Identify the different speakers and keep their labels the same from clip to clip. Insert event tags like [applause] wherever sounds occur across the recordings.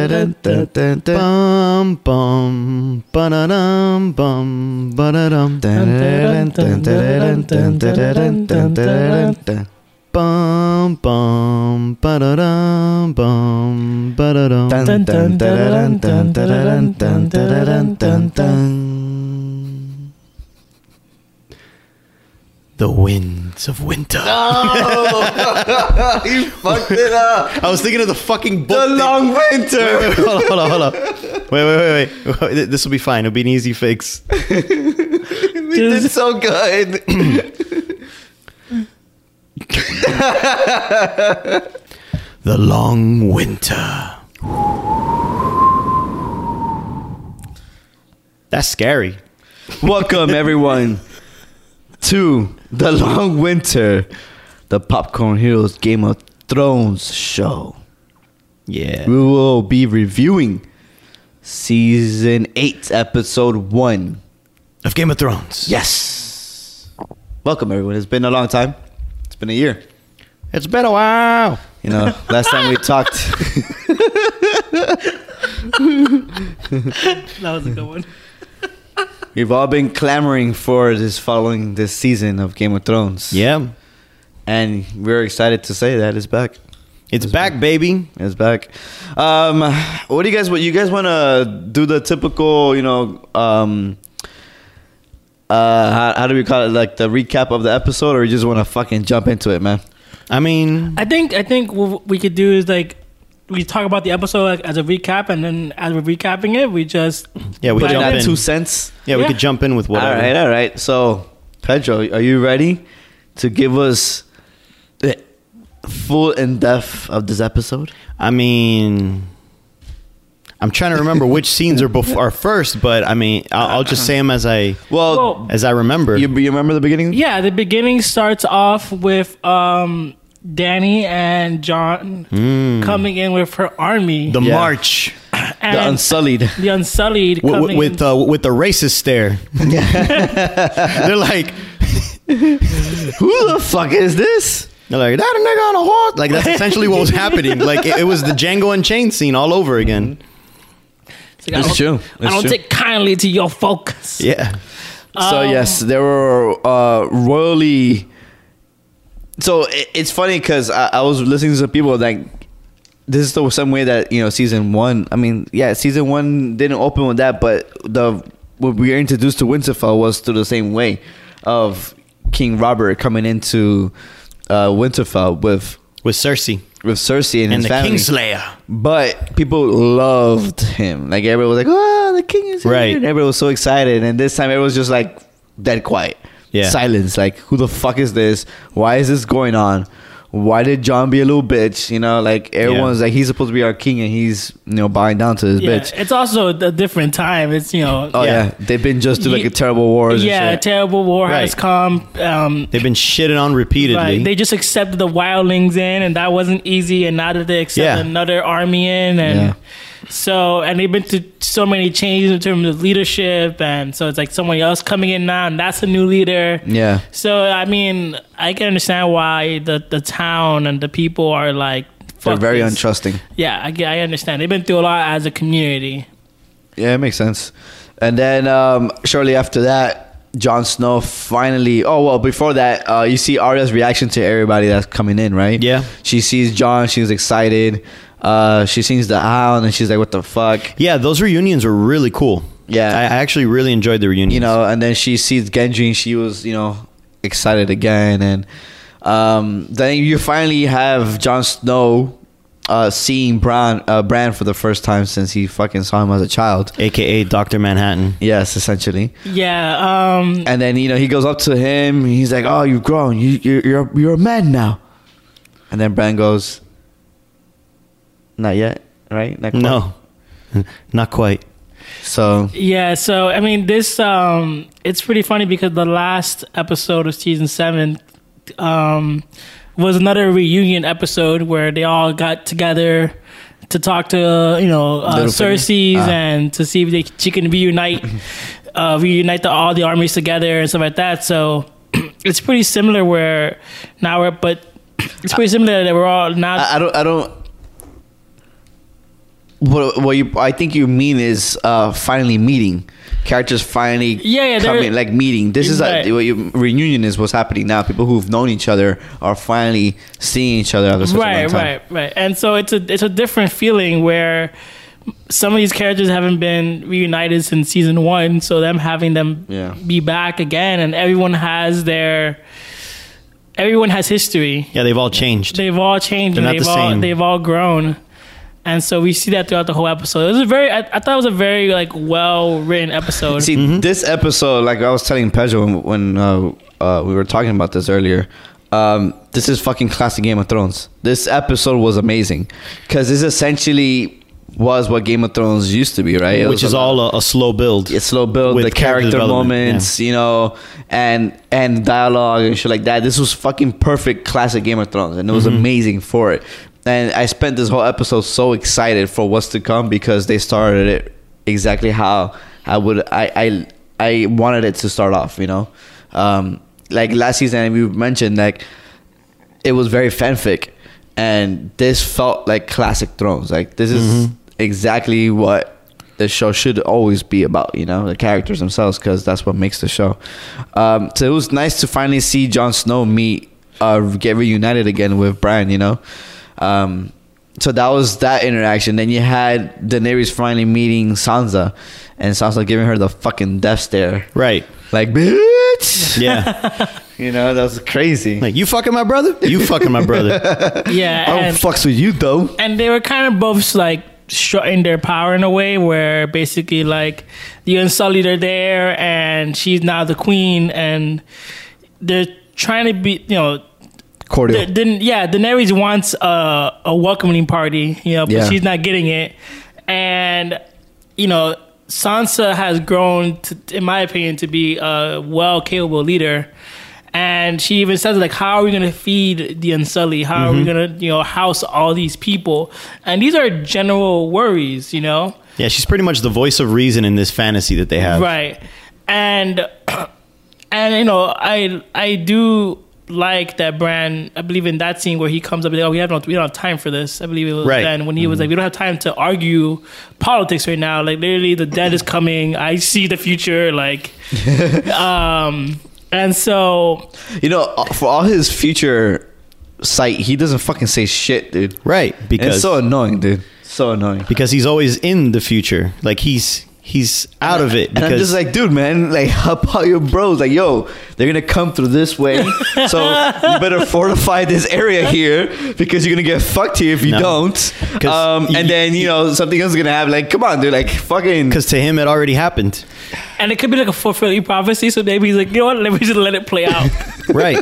Speaker 1: Dun,
Speaker 2: Bum bum ba-da-dum bum ba-da-dum bum bum ba-da-dum bum ba-da-dum The winds of winter.
Speaker 1: [laughs] You fucked it up.
Speaker 2: I was thinking of the fucking book.
Speaker 1: The
Speaker 2: thing.
Speaker 1: long
Speaker 2: Wait,
Speaker 1: winter.
Speaker 2: wait, hold on, hold on, hold on. Wait, wait, wait, wait. [laughs] This will be fine. It'll be an easy fix.
Speaker 1: We did so good.
Speaker 2: The long winter. That's scary.
Speaker 1: [laughs] Welcome everyone to the long winter, the Popcorn Heroes Game of Thrones show.
Speaker 2: Yeah.
Speaker 1: We will be reviewing season eight, episode one.
Speaker 2: Of Game of Thrones.
Speaker 1: Yes. Welcome everyone. It's been a long time. It's been a year.
Speaker 2: It's been a while. [laughs]
Speaker 1: You know, last time we talked.
Speaker 3: [laughs] That was a good one.
Speaker 1: We've all been clamoring for this following this season of Game of Thrones.
Speaker 2: Yeah.
Speaker 1: And we're excited to say that it's back.
Speaker 2: It's back, baby.
Speaker 1: It's back. Um, what do you guys what you guys want to do the typical, you know, um uh how, how do we call it like the recap of the episode or you just want to fucking jump into it, man?
Speaker 2: I mean,
Speaker 3: I think I think what we could do is like we talk about the episode like, as a recap, and then as we're recapping it, we just
Speaker 2: yeah, we could
Speaker 3: But
Speaker 1: Put
Speaker 2: jump
Speaker 1: in
Speaker 2: in.
Speaker 1: that 2 cents.
Speaker 2: yeah, we
Speaker 3: Yeah.
Speaker 2: could jump in with whatever.
Speaker 1: All right, all right. So, Pedro, are you ready to give us the full in depth of this episode?
Speaker 2: I mean, I'm trying to remember which scenes are before are first, but I mean, I'll, I'll just say them as I
Speaker 1: Well,
Speaker 3: Well,
Speaker 2: as I remember.
Speaker 1: you, you remember the beginning?
Speaker 3: yeah. The beginning starts off with um Danny and John coming in with her army,
Speaker 2: Hmm. the
Speaker 1: Yeah.
Speaker 2: march
Speaker 3: and
Speaker 1: The Unsullied.
Speaker 3: the Unsullied
Speaker 2: with with,
Speaker 3: coming
Speaker 2: with, uh, with the racist
Speaker 1: [laughs]
Speaker 2: stare. they're like
Speaker 1: Who the fuck is this?
Speaker 2: they're like that a nigga on a horse. Like that's essentially what was happening. Like it, it was the Django Unchained scene all over again.
Speaker 3: It's like, I
Speaker 1: It's
Speaker 3: don't-
Speaker 1: true.
Speaker 3: I
Speaker 1: It's
Speaker 3: don't
Speaker 1: true.
Speaker 3: take kindly to your focus.
Speaker 2: Yeah, Oh.
Speaker 1: so
Speaker 3: Um,
Speaker 1: yes, they were uh, royally. So it, it's funny because I, I was listening to some people like, this is the some way that you know season one. I mean, yeah, season one didn't open with that, but the what we were introduced to Winterfell was through the same way of King Robert coming into uh, Winterfell with
Speaker 2: with Cersei
Speaker 1: with Cersei and,
Speaker 2: and
Speaker 1: his
Speaker 2: the
Speaker 1: family.
Speaker 2: Kingslayer.
Speaker 1: But people loved him. Like everyone was like, "Oh, the king is here!"
Speaker 2: Right.
Speaker 1: And everyone was so excited. And this time, everyone was just like dead quiet,
Speaker 2: Yeah.
Speaker 1: silence. Like, who the fuck is this? Why is this going on? Why did John be a little bitch? You know, like everyone's like, he's supposed to be our king, and he's you know bowing down to this
Speaker 3: Yeah,
Speaker 1: bitch.
Speaker 3: it's also a different time. It's you know,
Speaker 1: Oh yeah.
Speaker 2: Yeah.
Speaker 1: they've been just through like
Speaker 3: Ye-
Speaker 1: a terrible wars.
Speaker 3: yeah,
Speaker 1: Yeah,
Speaker 3: a terrible war has
Speaker 2: Right.
Speaker 3: come. Um,
Speaker 2: They've been shitted on repeatedly.
Speaker 3: Right. They just accepted the wildlings in, and that wasn't easy. And now that they accept
Speaker 2: Yeah.
Speaker 3: another army in, and
Speaker 1: Yeah.
Speaker 3: so and they've been through so many changes in terms of leadership, and so it's like someone else coming in now, and that's a new leader.
Speaker 1: yeah,
Speaker 3: So I mean, I can understand why the the town and the people are like.
Speaker 1: they're
Speaker 3: Fuck
Speaker 1: very
Speaker 3: this.
Speaker 1: untrusting.
Speaker 3: Yeah, I, get- I understand. They've been through a lot as a community.
Speaker 1: Yeah, it makes sense. And then um, shortly after that, Jon Snow finally. Oh well, before that, uh, you see Arya's reaction to everybody that's coming in, right?
Speaker 2: Yeah.
Speaker 1: She sees Jon. She's excited. Uh, she sees the hound, and she's like, "What the fuck?"
Speaker 2: Yeah, those reunions were really cool.
Speaker 1: Yeah.
Speaker 2: I, I actually really enjoyed the reunions.
Speaker 1: You know. And then she sees Gendry, and she was, you know, excited again. And um, then you finally have Jon Snow. Uh, seeing Bran, uh, Bran for the first time since he fucking saw him as a child.
Speaker 2: aka Doctor Manhattan.
Speaker 1: Yes, essentially.
Speaker 3: Yeah. Um.
Speaker 1: And then you know he goes up to him. and He's like, "Oh, you've grown. You, you're you're you're a man now." And then Bran goes, "Not yet, right? Not quite."
Speaker 2: No, not quite.
Speaker 1: So
Speaker 3: Yeah, so I mean, this um, it's pretty funny because the last episode of season seven um, was another reunion episode where they all got together to talk to you know uh,
Speaker 1: Littlefinger?
Speaker 3: Cersei's
Speaker 1: Ah.
Speaker 3: and to see if they she can reunite uh, reunite the, all the armies together and stuff like that. So [clears throat] it's pretty similar where now we're but [clears throat] it's pretty similar that we're all now
Speaker 1: I, I don't. I don't. What what you? I think you mean is uh finally meeting characters finally
Speaker 3: Yeah, yeah, they're-
Speaker 1: coming like meeting. This is
Speaker 3: Right.
Speaker 1: a, what you, reunion is what's happening now. People who've known each other are finally seeing each other after such a long
Speaker 3: right
Speaker 1: time.
Speaker 3: right right and so it's a it's a different feeling where some of these characters haven't been reunited since season one so them having them
Speaker 1: Yeah.
Speaker 3: be back again and everyone has their everyone has history
Speaker 2: Yeah, they've all changed.
Speaker 3: they've all changed
Speaker 2: They're
Speaker 3: and
Speaker 2: not
Speaker 3: they've
Speaker 2: the
Speaker 3: all
Speaker 2: same.
Speaker 3: they've all grown and so we see that throughout the whole episode it was a very i, I thought it was a very like well written episode
Speaker 1: See,
Speaker 2: Mm-hmm.
Speaker 1: this episode, like I was telling Pedro when, when uh, uh, we were talking about this earlier, um, this is fucking classic Game of Thrones. This episode was amazing because this essentially was what Game of Thrones used to be, right? It was
Speaker 2: Which is
Speaker 1: a-
Speaker 2: all a, a slow buld.
Speaker 1: it's slow build,
Speaker 2: With
Speaker 1: the character,
Speaker 2: development,
Speaker 1: moments, you know, and and dialogue and shit like that. This was fucking perfect classic Game of Thrones, and it was
Speaker 2: Mm-hmm.
Speaker 1: amazing for it. And I spent this whole episode so excited for what's to come because they started it exactly how I would I I, I wanted it to start off, you know. Um, like last season, we mentioned like it was very fanfic and this felt like classic thrones like this is
Speaker 2: Mm-hmm.
Speaker 1: exactly what the show should always be about you know the characters themselves because that's what makes the show um, so it was nice to finally see Jon Snow meet uh, get reunited again with Bran you know um, so that was that interaction then you had Daenerys finally meeting Sansa and Sansa giving her the fucking death stare
Speaker 2: Right.
Speaker 1: like bitch [laughs]
Speaker 2: Yeah.
Speaker 1: you know that was crazy
Speaker 2: like, you fucking my brother? You fucking my brother.
Speaker 3: yeah
Speaker 2: oh,
Speaker 1: I don't
Speaker 3: and,
Speaker 1: fucks with you though
Speaker 3: and they were kind of both like strutting their power in a way where basically like the unsullied are there and she's now the queen and they're trying to be you know
Speaker 1: Cordial.
Speaker 3: Da- Dan- yeah, Daenerys wants a, a welcoming party, you know, but
Speaker 1: Yeah.
Speaker 3: she's not getting it. And, you know, Sansa has grown, to, in my opinion, to be a well capable leader. And she even says, like, how are we going to feed the Unsullied? How are we going to, you know, house all these people? And these are general worries, you know?
Speaker 2: Yeah, she's pretty much the voice of reason in this fantasy that they have.
Speaker 3: right and [clears throat] and you know i i do like that brand i believe in that scene where he comes up and like, oh we have no we don't have time for this i believe it was
Speaker 2: Right.
Speaker 3: then when he was like we don't have time to argue politics right now like literally the dead is coming i see the future like um and so
Speaker 1: You know, uh, for all his future sight, he doesn't fucking say shit, dude.
Speaker 2: Right.
Speaker 1: And
Speaker 2: Because
Speaker 1: it's so annoying, dude. So annoying.
Speaker 2: because he's always in the future. Like he's he's out of it
Speaker 1: And I'm
Speaker 2: because
Speaker 1: just like, dude, man, like, [laughs] how about your bros? Like, yo, they're gonna come through this way, so you better fortify this area here because you're gonna get fucked here if you
Speaker 2: No.
Speaker 1: don't.
Speaker 2: 'Cause
Speaker 1: Um,
Speaker 2: y-
Speaker 1: and then you know something else is gonna happen. Like, come on, dude, like,
Speaker 2: [laughs]
Speaker 1: fucking.
Speaker 2: because to him it already happened.
Speaker 3: and it could be like a fulfilling prophecy so maybe he's like you know what let me just let it play out
Speaker 2: Right.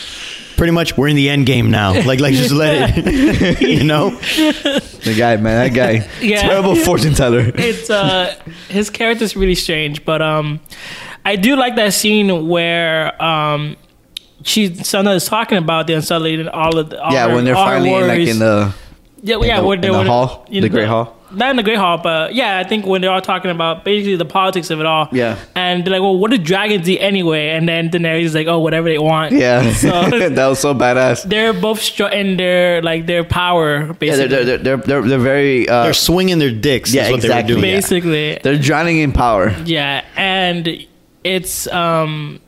Speaker 2: [laughs] pretty much we're in the end game now. Like like just let it [laughs] you know?
Speaker 1: The guy, man, that guy,
Speaker 3: [laughs] Yeah.
Speaker 1: terrible fortune
Speaker 3: [laughs]
Speaker 1: teller.
Speaker 3: it's uh his character's really strange but um i do like that scene where um she Sana is talking about the unsullied and all of the, all
Speaker 1: Yeah,
Speaker 3: her-
Speaker 1: when they're
Speaker 3: all her
Speaker 1: finally like
Speaker 3: warriors.
Speaker 1: in the
Speaker 3: yeah
Speaker 1: in
Speaker 3: yeah
Speaker 1: the-
Speaker 3: when they
Speaker 1: in the
Speaker 3: were-
Speaker 1: hall,
Speaker 3: you
Speaker 1: the
Speaker 3: know,
Speaker 1: great hall.
Speaker 3: not in the great hall but yeah i think when they're all talking about basically the politics of it all
Speaker 1: Yeah.
Speaker 3: and they're like well what do dragons eat anyway and then daenerys is like oh whatever they want
Speaker 1: yeah,
Speaker 3: so
Speaker 1: [laughs] that was so badass.
Speaker 3: they're both strutting their like their power
Speaker 1: Yeah,
Speaker 3: basically
Speaker 1: they're they're they're they're, they're very uh,
Speaker 2: They're
Speaker 1: they're,
Speaker 2: swinging their dicks.
Speaker 1: Yeah,
Speaker 2: is what they
Speaker 1: exactly.
Speaker 2: were doing.
Speaker 3: basically
Speaker 1: drowning in power.
Speaker 3: Yeah, and it's um,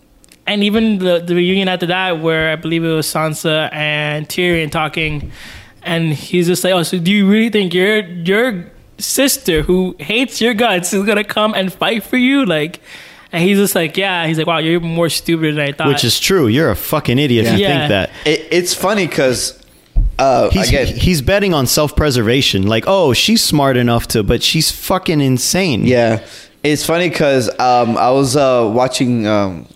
Speaker 3: and even the the reunion after that, where I believe it was Sansa and Tyrion talking, and he's just like, "Oh, so do you really think your your sister who hates your guts is gonna come and fight for you?" Like, and he's just like, "Yeah." He's like, "Wow, you're more stupid than I thought."
Speaker 2: Which is true. You're a fucking idiot if you
Speaker 3: Yeah.
Speaker 2: think that.
Speaker 1: It, it's funny because uh,
Speaker 2: He's,
Speaker 1: again,
Speaker 2: he's betting on self-preservation. Like, oh, she's smart enough to, but she's fucking insane.
Speaker 1: yeah, it's funny because um, I was uh, watching um,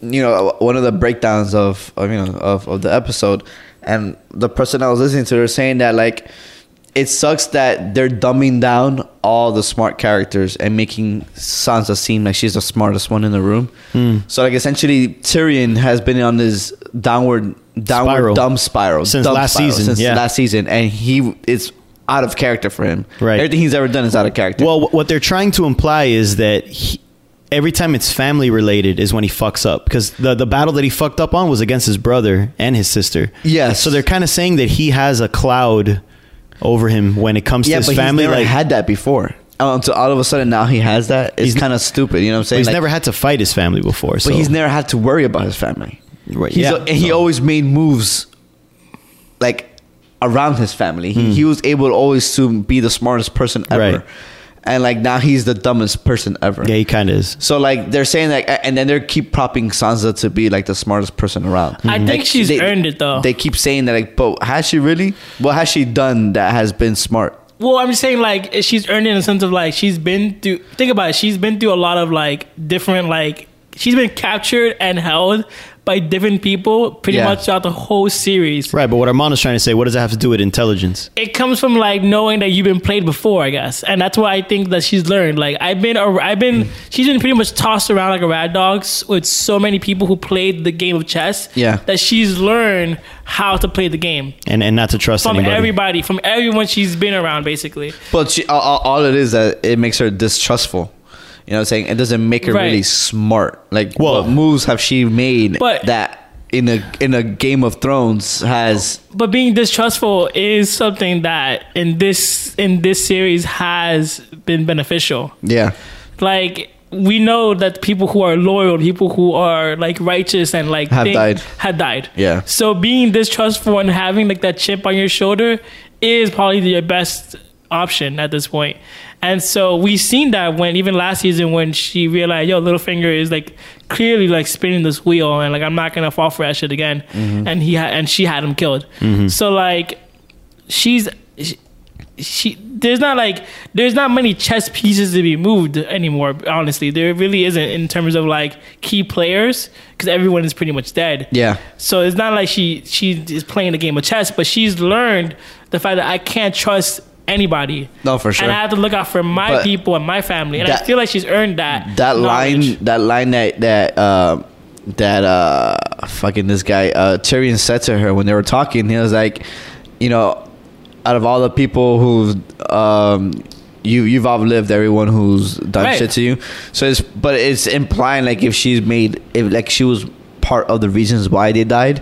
Speaker 1: you know one of the breakdowns of, of you know of, of the episode, and the person I was listening to they're saying that like it sucks that they're dumbing down all the smart characters and making Sansa seem like she's the smartest one in the room.
Speaker 2: Hmm.
Speaker 1: So like essentially Tyrion has been on this downward downward
Speaker 2: Spiral.
Speaker 1: dumb spiral
Speaker 2: Since
Speaker 1: dumb
Speaker 2: last
Speaker 1: spiral,
Speaker 2: season,
Speaker 1: since
Speaker 2: yeah.
Speaker 1: last season, and he it's out of character for him.
Speaker 2: Right.
Speaker 1: everything he's ever done is out of character.
Speaker 2: Well, wh- what they're trying to imply is that he, every time it's family related is when he fucks up because the the battle that he fucked up on was against his brother and his sister.
Speaker 1: Yes.
Speaker 2: So they're kind of saying that he has a cloud over him when it comes
Speaker 1: yeah,
Speaker 2: to his
Speaker 1: but
Speaker 2: family.
Speaker 1: he's never
Speaker 2: like
Speaker 1: had that before. Um, so all of a sudden now he has that. It's
Speaker 2: He's-
Speaker 1: kind of stupid. You know what I'm
Speaker 2: but
Speaker 1: saying?
Speaker 2: he's
Speaker 1: Like,
Speaker 2: never had to fight his family before.
Speaker 1: But
Speaker 2: so.
Speaker 1: he's never had to worry about his family.
Speaker 2: Right,
Speaker 1: He's
Speaker 2: yeah.
Speaker 1: and he
Speaker 2: So-
Speaker 1: always made moves like around his family. He, he was able always to be the smartest person ever.
Speaker 2: Hmm. Right.
Speaker 1: And like now he's the dumbest person ever.
Speaker 2: Yeah, he kind of is.
Speaker 1: So like they're saying like a- and then they keep propping Sansa to be like the smartest person around.
Speaker 3: I
Speaker 2: Hmm.
Speaker 3: think
Speaker 1: Like,
Speaker 3: she's earned it, though.
Speaker 1: They keep saying that like but has she really? What has she done that has been smart?
Speaker 3: Well, I'm just saying like she's earned it in the sense of like she's been through. Think about it. She's been through a lot of like different like she's been captured and held by different people pretty
Speaker 1: Yeah.
Speaker 3: much throughout the whole series.
Speaker 2: Right, but what Armando's trying to say, what does that have to do with intelligence?
Speaker 3: It comes from like knowing that you've been played before, I guess, and that's why I think that she's learned. Like I've been, ar- I've been, she's been pretty much tossed around like a rat dog s- with so many people who played the game of chess.
Speaker 1: Yeah.
Speaker 3: that she's learned how to play the game
Speaker 2: And and not to trust
Speaker 3: from
Speaker 2: anybody.
Speaker 3: everybody, from everyone she's been around, basically.
Speaker 1: But she, all- all, all it is that it makes her distrustful. You know what I'm saying? It doesn't make her
Speaker 3: Right.
Speaker 1: really smart. Like
Speaker 2: Well-
Speaker 1: what moves have she made
Speaker 3: But-
Speaker 1: that in a in a Game of Thrones has
Speaker 3: but being distrustful is something that in this in this series has been beneficial
Speaker 1: yeah.
Speaker 3: like we know that people who are loyal people who are like righteous and like
Speaker 1: Have
Speaker 3: think-
Speaker 1: died.
Speaker 3: have died
Speaker 1: Yeah.
Speaker 3: so being distrustful and having like that chip on your shoulder is probably the best option at this point and so we seen that when even last season when she realized yo Littlefinger is like clearly like spinning this wheel and like I'm not gonna fall for that shit again
Speaker 1: Mm-hmm.
Speaker 3: and he ha- and she had him killed so like she's she, she there's not like there's not many chess pieces to be moved anymore honestly there really isn't in terms of like key players because everyone is pretty much dead
Speaker 1: Yeah.
Speaker 3: so it's not like she she is playing a game of chess but she's learned the fact that i can't trust anybody
Speaker 1: No, for sure.
Speaker 3: and i have to look out for my
Speaker 1: But
Speaker 3: people and my family and i
Speaker 1: that-
Speaker 3: feel like she's earned that
Speaker 1: That
Speaker 3: knowledge.
Speaker 1: line that line that that uh, that uh fucking this guy uh Tyrion said to her when they were talking, he was like, you know, out of all the people who've um you you've outlived everyone who's done
Speaker 3: Right.
Speaker 1: shit to you. So it's but it's implying like if she's made if like she was part of the reasons why they died,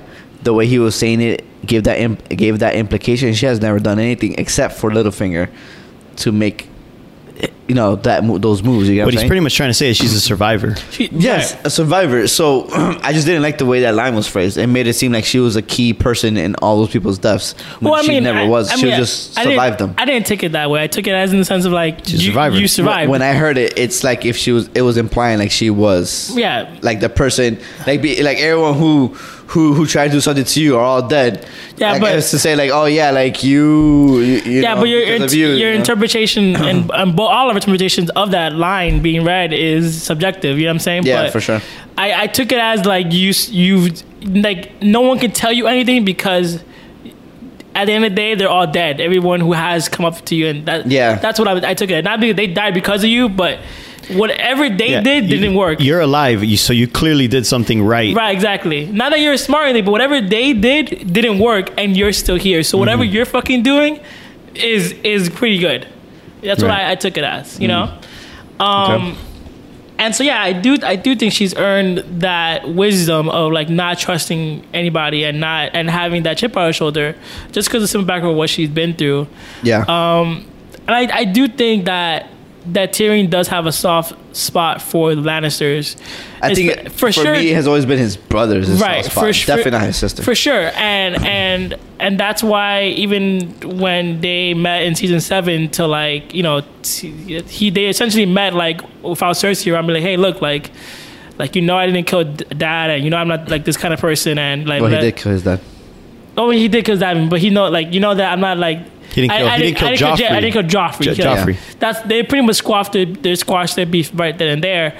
Speaker 1: the way he was saying it gave that imp, gave that implication she has never done anything except for Littlefinger to make you know that mo- those moves. You know what I'm
Speaker 2: What he's
Speaker 1: saying?
Speaker 2: pretty much trying to say is she's a survivor.
Speaker 3: She-
Speaker 1: Yes,
Speaker 3: right.
Speaker 1: a survivor. So [clears throat] I just didn't like the way that line was phrased. It made it seem like she was a key person in all those people's deaths. when she never was. she
Speaker 3: mean,
Speaker 1: just
Speaker 3: I didn't-
Speaker 1: survived them.
Speaker 3: I didn't take it that way. I took it as in the sense of like
Speaker 2: She's a
Speaker 3: you,
Speaker 2: survivor.
Speaker 3: you survived.
Speaker 1: When I heard it, it's like if she was. It was implying like she was.
Speaker 3: Yeah.
Speaker 1: Like the person, like be, like everyone who who who tried to do something to you are all dead.
Speaker 3: Yeah,
Speaker 1: like,
Speaker 3: but-
Speaker 1: it's to say like, oh yeah, like you. you, you
Speaker 3: yeah,
Speaker 1: know,
Speaker 3: but your
Speaker 1: because
Speaker 3: int-
Speaker 1: of you,
Speaker 3: your
Speaker 1: you know? [clears throat]
Speaker 3: interpretation and, and bo- all of our interpretations of that line being read is subjective. You know what I'm saying?
Speaker 1: Yeah, for sure.
Speaker 3: I, I took it as like you s- you like no one can tell you anything because at the end of the day they're all dead. Everyone who has come up to you and that
Speaker 1: Yeah.
Speaker 3: that's what I, I took it. Not because they died because of you, but whatever they
Speaker 2: Yeah,
Speaker 3: did
Speaker 2: you-
Speaker 3: didn't work.
Speaker 2: You're alive, you, so you clearly did something right.
Speaker 3: Right, exactly. Not that you're smart or anything, but whatever they did didn't work, and you're still here. So whatever you're fucking doing is is pretty good. That's what
Speaker 2: Right.
Speaker 3: I, I took it as, you know. Um, And so yeah, I do I do think she's earned that wisdom of like not trusting anybody and not and having that chip on her shoulder just because of some background of what she's been through.
Speaker 1: Yeah.
Speaker 3: Um, and I, I do think that that Tyrion does have a soft spot for the Lannisters.
Speaker 1: I think
Speaker 3: Espe-
Speaker 1: it, for,
Speaker 3: sure
Speaker 1: me it has always been his brothers. his
Speaker 3: right
Speaker 1: soft spot.
Speaker 3: for su-
Speaker 1: Definitely not his sister.
Speaker 3: for sure and and and that's why even when they met in season seven to like you know t- he they essentially met like without Cersei around be like hey look like like you know I didn't kill d- dad and you know I'm not like this kind of person and like
Speaker 1: well, he
Speaker 3: let-
Speaker 1: did kill his dad.
Speaker 3: oh he did kill dad but he know like you know that I'm not like
Speaker 2: He didn't
Speaker 3: I-
Speaker 2: kill-
Speaker 3: I,
Speaker 2: he didn't kill
Speaker 3: I didn't kill,
Speaker 2: Joffrey.
Speaker 3: I didn't kill Joffrey.
Speaker 2: Jo-
Speaker 3: He killed-
Speaker 2: Joffrey.
Speaker 3: That's they pretty much squashed their, they squashed their beef right then and there,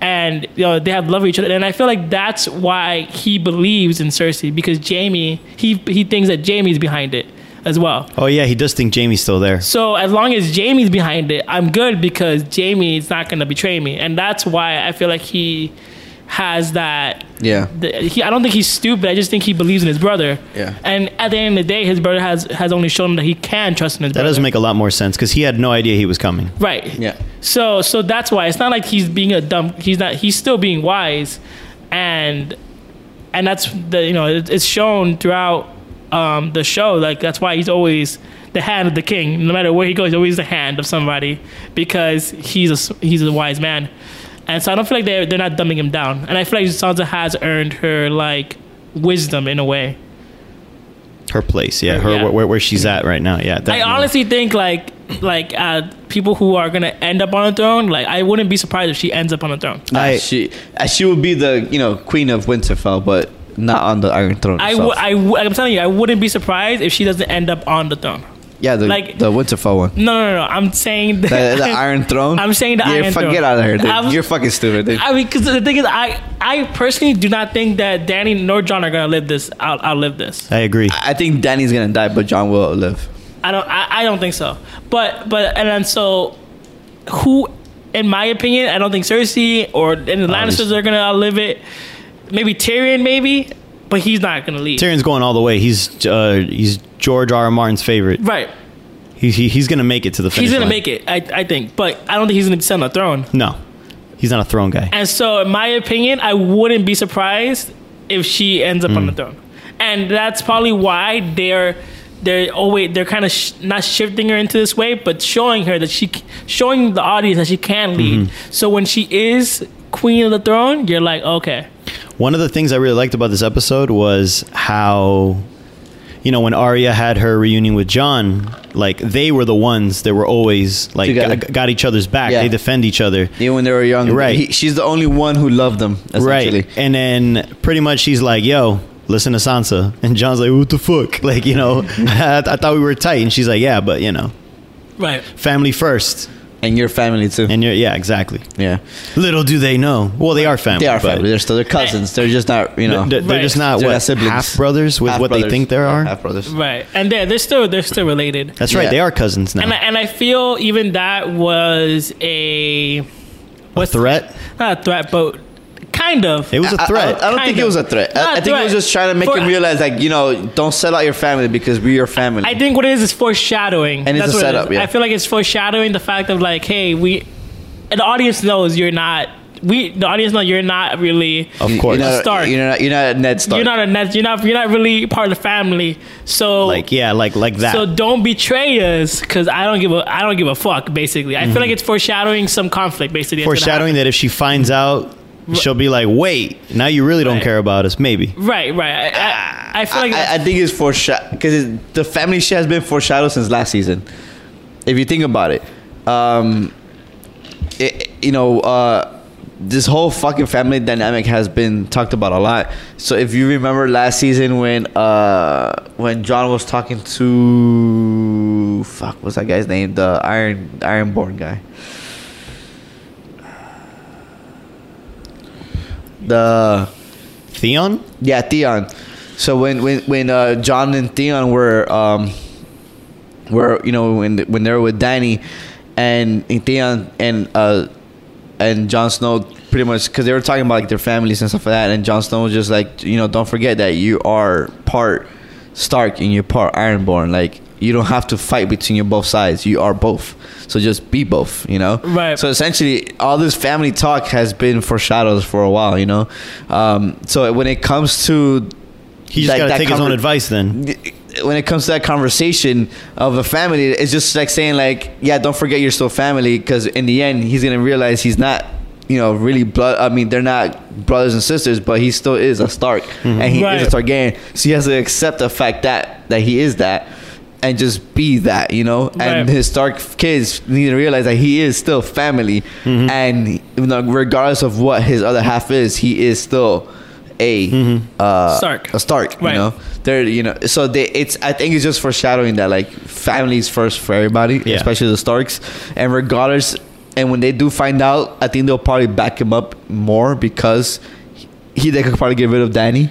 Speaker 3: and you know they have love for each other. And I feel like that's why he believes in Cersei because Jamie he he thinks that Jamie's behind it as well.
Speaker 2: Oh yeah, he does think Jamie's still there.
Speaker 3: So as long as Jamie's behind it, I'm good because Jamie's not gonna betray me, and that's why I feel like he has that
Speaker 1: Yeah.
Speaker 3: the, he, I don't think he's stupid. I just think he believes in his brother.
Speaker 1: Yeah.
Speaker 3: And at the end of the day, his brother has has only shown him that he can trust in his
Speaker 2: That
Speaker 3: brother.
Speaker 2: does make a lot more sense because he had no idea he was coming.
Speaker 3: right.
Speaker 1: Yeah.
Speaker 3: So so that's why it's not like he's being a dumb. He's not. He's still being wise, and and that's the you know it, it's shown throughout um, the show. Like that's why he's always the hand of the king. No matter where he goes, he's always the hand of somebody because he's a s- he's a wise man. And so I don't feel like they're they're not dumbing him down. And I feel like Sansa has earned her like wisdom in a way.
Speaker 2: Her place, yeah, her
Speaker 3: Yeah.
Speaker 2: where- where, where she's at right now, yeah. definitely.
Speaker 3: I honestly think like like uh, people who are gonna end up on a throne. Like I wouldn't be surprised if she ends up on a throne.
Speaker 1: I,
Speaker 2: I-
Speaker 1: she uh, she would be the you know queen of Winterfell, but not on the Iron Throne.
Speaker 3: I,
Speaker 1: itself.
Speaker 3: w- I w- I'm telling you, I wouldn't be surprised if she doesn't end up on the throne.
Speaker 1: yeah, the
Speaker 3: like-
Speaker 1: the Winterfell one.
Speaker 3: No, no, no. no. I'm saying that.
Speaker 1: The,
Speaker 3: [laughs]
Speaker 1: the Iron Throne.
Speaker 3: I'm saying the
Speaker 1: You're
Speaker 3: Iron
Speaker 1: fuck-
Speaker 3: Throne.
Speaker 1: Get out of here, dude.
Speaker 3: I'm-
Speaker 1: You're fucking stupid, dude.
Speaker 3: I mean, because the thing is, I I personally do not think that Danny nor John are gonna live this. Out, outlive this.
Speaker 2: I agree.
Speaker 1: I think Danny's gonna die, but John will live.
Speaker 3: I don't. I, I don't think so. But but and then so, who, in my opinion, I don't think Cersei or and the
Speaker 2: Obviously.
Speaker 3: Lannisters are gonna outlive it. Maybe Tyrion, maybe, but he's not gonna leave.
Speaker 2: Tyrion's going all the way. He's uh, he's George R. R. Martin's favorite.
Speaker 3: Right.
Speaker 2: He, he, he's gonna make it to the finish.
Speaker 3: He's gonna
Speaker 2: line.
Speaker 3: make it. I I think, but I don't think he's gonna sit on the throne.
Speaker 2: No, he's not a throne guy.
Speaker 3: And so, in my opinion, I wouldn't be surprised if she ends up on the
Speaker 2: Mm.
Speaker 3: throne. And that's probably why they're they're always they're kind of sh- not shifting her into this way, but showing her that she c- showing the audience that she can lead.
Speaker 2: Mm-hmm.
Speaker 3: So when she is queen of the throne, you're like, okay,
Speaker 2: One of the things I really liked about this episode was how, you know, when Arya had her reunion with John, like they were the ones that were always like
Speaker 1: Together.
Speaker 2: got, got each other's back.
Speaker 1: Yeah.
Speaker 2: They defend each other.
Speaker 1: Even when they were young,
Speaker 2: Right.
Speaker 1: He, she's the only one who loved them. Essentially.
Speaker 2: Right. And then pretty much she's like, yo, listen to Sansa. [laughs] And John's like, what the fuck? [laughs] Like, you know, I, I thought we were tight. And she's like, yeah, but, you know,
Speaker 3: right,
Speaker 2: family first.
Speaker 1: and your family too.
Speaker 2: And you're, yeah, exactly.
Speaker 1: yeah,
Speaker 2: Little do they know. Well, they are family.
Speaker 1: they are
Speaker 2: but
Speaker 1: family. They're still their cousins. They're just not you know
Speaker 2: They're, they're
Speaker 3: Right.
Speaker 2: just not
Speaker 1: They're
Speaker 2: what
Speaker 1: not siblings.
Speaker 2: half brothers with what they think there are.
Speaker 1: half brothers.
Speaker 3: right, and they're they're still they're still related.
Speaker 2: That's right.
Speaker 1: Yeah.
Speaker 2: They are cousins now.
Speaker 3: and I, and I feel even that was a
Speaker 2: a threat?
Speaker 3: not a threat, but kind of
Speaker 2: It was a
Speaker 1: I- I-
Speaker 2: threat.
Speaker 1: I, don't think
Speaker 3: Kind
Speaker 1: it was a
Speaker 3: of.
Speaker 1: threat.
Speaker 3: Not
Speaker 1: I,
Speaker 3: a
Speaker 1: I think it was
Speaker 3: threat.
Speaker 1: just trying to make
Speaker 3: For-
Speaker 1: him realize, like, you know, don't sell out your family because we're your family.
Speaker 3: I think what it is is foreshadowing.
Speaker 1: And it's a
Speaker 3: what it
Speaker 1: setup,
Speaker 3: is.
Speaker 1: yeah.
Speaker 3: I feel like it's foreshadowing the fact of like, hey, we, an audience knows you're not. We the audience knows you're not really.
Speaker 1: Oh,
Speaker 2: Of course.
Speaker 1: You're not,
Speaker 3: Stark.
Speaker 1: You're not, you're not Ned Stark.
Speaker 3: You're not a net. You're not. You're not really part of the family. So
Speaker 2: like yeah, like like that.
Speaker 3: So don't betray us, because I don't give a I don't give a fuck. Basically, I feel
Speaker 1: Mm-hmm.
Speaker 3: like it's foreshadowing some conflict. Basically, that's gonna
Speaker 2: Foreshadowing that if she finds out, she'll be like, "Wait, now you really don't
Speaker 3: Right.
Speaker 2: care about us." Maybe.
Speaker 3: happen. Right, right. I, I, I feel like
Speaker 1: I, I think it's foreshadowed because the family shit has been foreshadowed since last season. If you think about it, um, it you know, uh, this whole fucking family dynamic has been talked about a lot. So if you remember last season when uh, when John was talking to fuck, what's that guy's name? The Iron Ironborn guy. The
Speaker 2: Theon,
Speaker 1: yeah, Theon. So when when when uh, John and Theon were um, were you know when when they were with Danny, and Theon and uh, and Jon Snow pretty much because they were talking about like their families and stuff like that, and Jon Snow was just like you know don't forget that you are part Stark and you're part Ironborn. Like you don't have to fight between your both sides. You are both. So just be both. You know.
Speaker 3: Right.
Speaker 1: So essentially, all this family talk has been foreshadowed for a while. You know. Um, so when it comes to
Speaker 2: he just
Speaker 1: that-
Speaker 2: got to
Speaker 1: that
Speaker 2: take his own
Speaker 1: conver-
Speaker 2: advice. Then
Speaker 1: when it comes to that conversation of the family, it's just like saying like, yeah, don't forget you're still family because in the end he's gonna realize he's not, you know, really blood. I mean, they're not brothers and sisters, but he still is a Stark and he is
Speaker 3: Right.
Speaker 1: a Targaryen. So he has to accept the fact that that he is that. And just be that, you know. And
Speaker 3: Right.
Speaker 1: his Stark kids need to realize that he is still family, and you know, regardless of what his other half is, he is still a uh,
Speaker 3: Stark.
Speaker 1: A Stark,
Speaker 3: Right.
Speaker 1: you know they're you know so they it's i think it's just foreshadowing that like families first for everybody
Speaker 2: Yeah.
Speaker 1: especially the starks and regardless and when they do find out i think they'll probably back him up more because he they could probably get rid of danny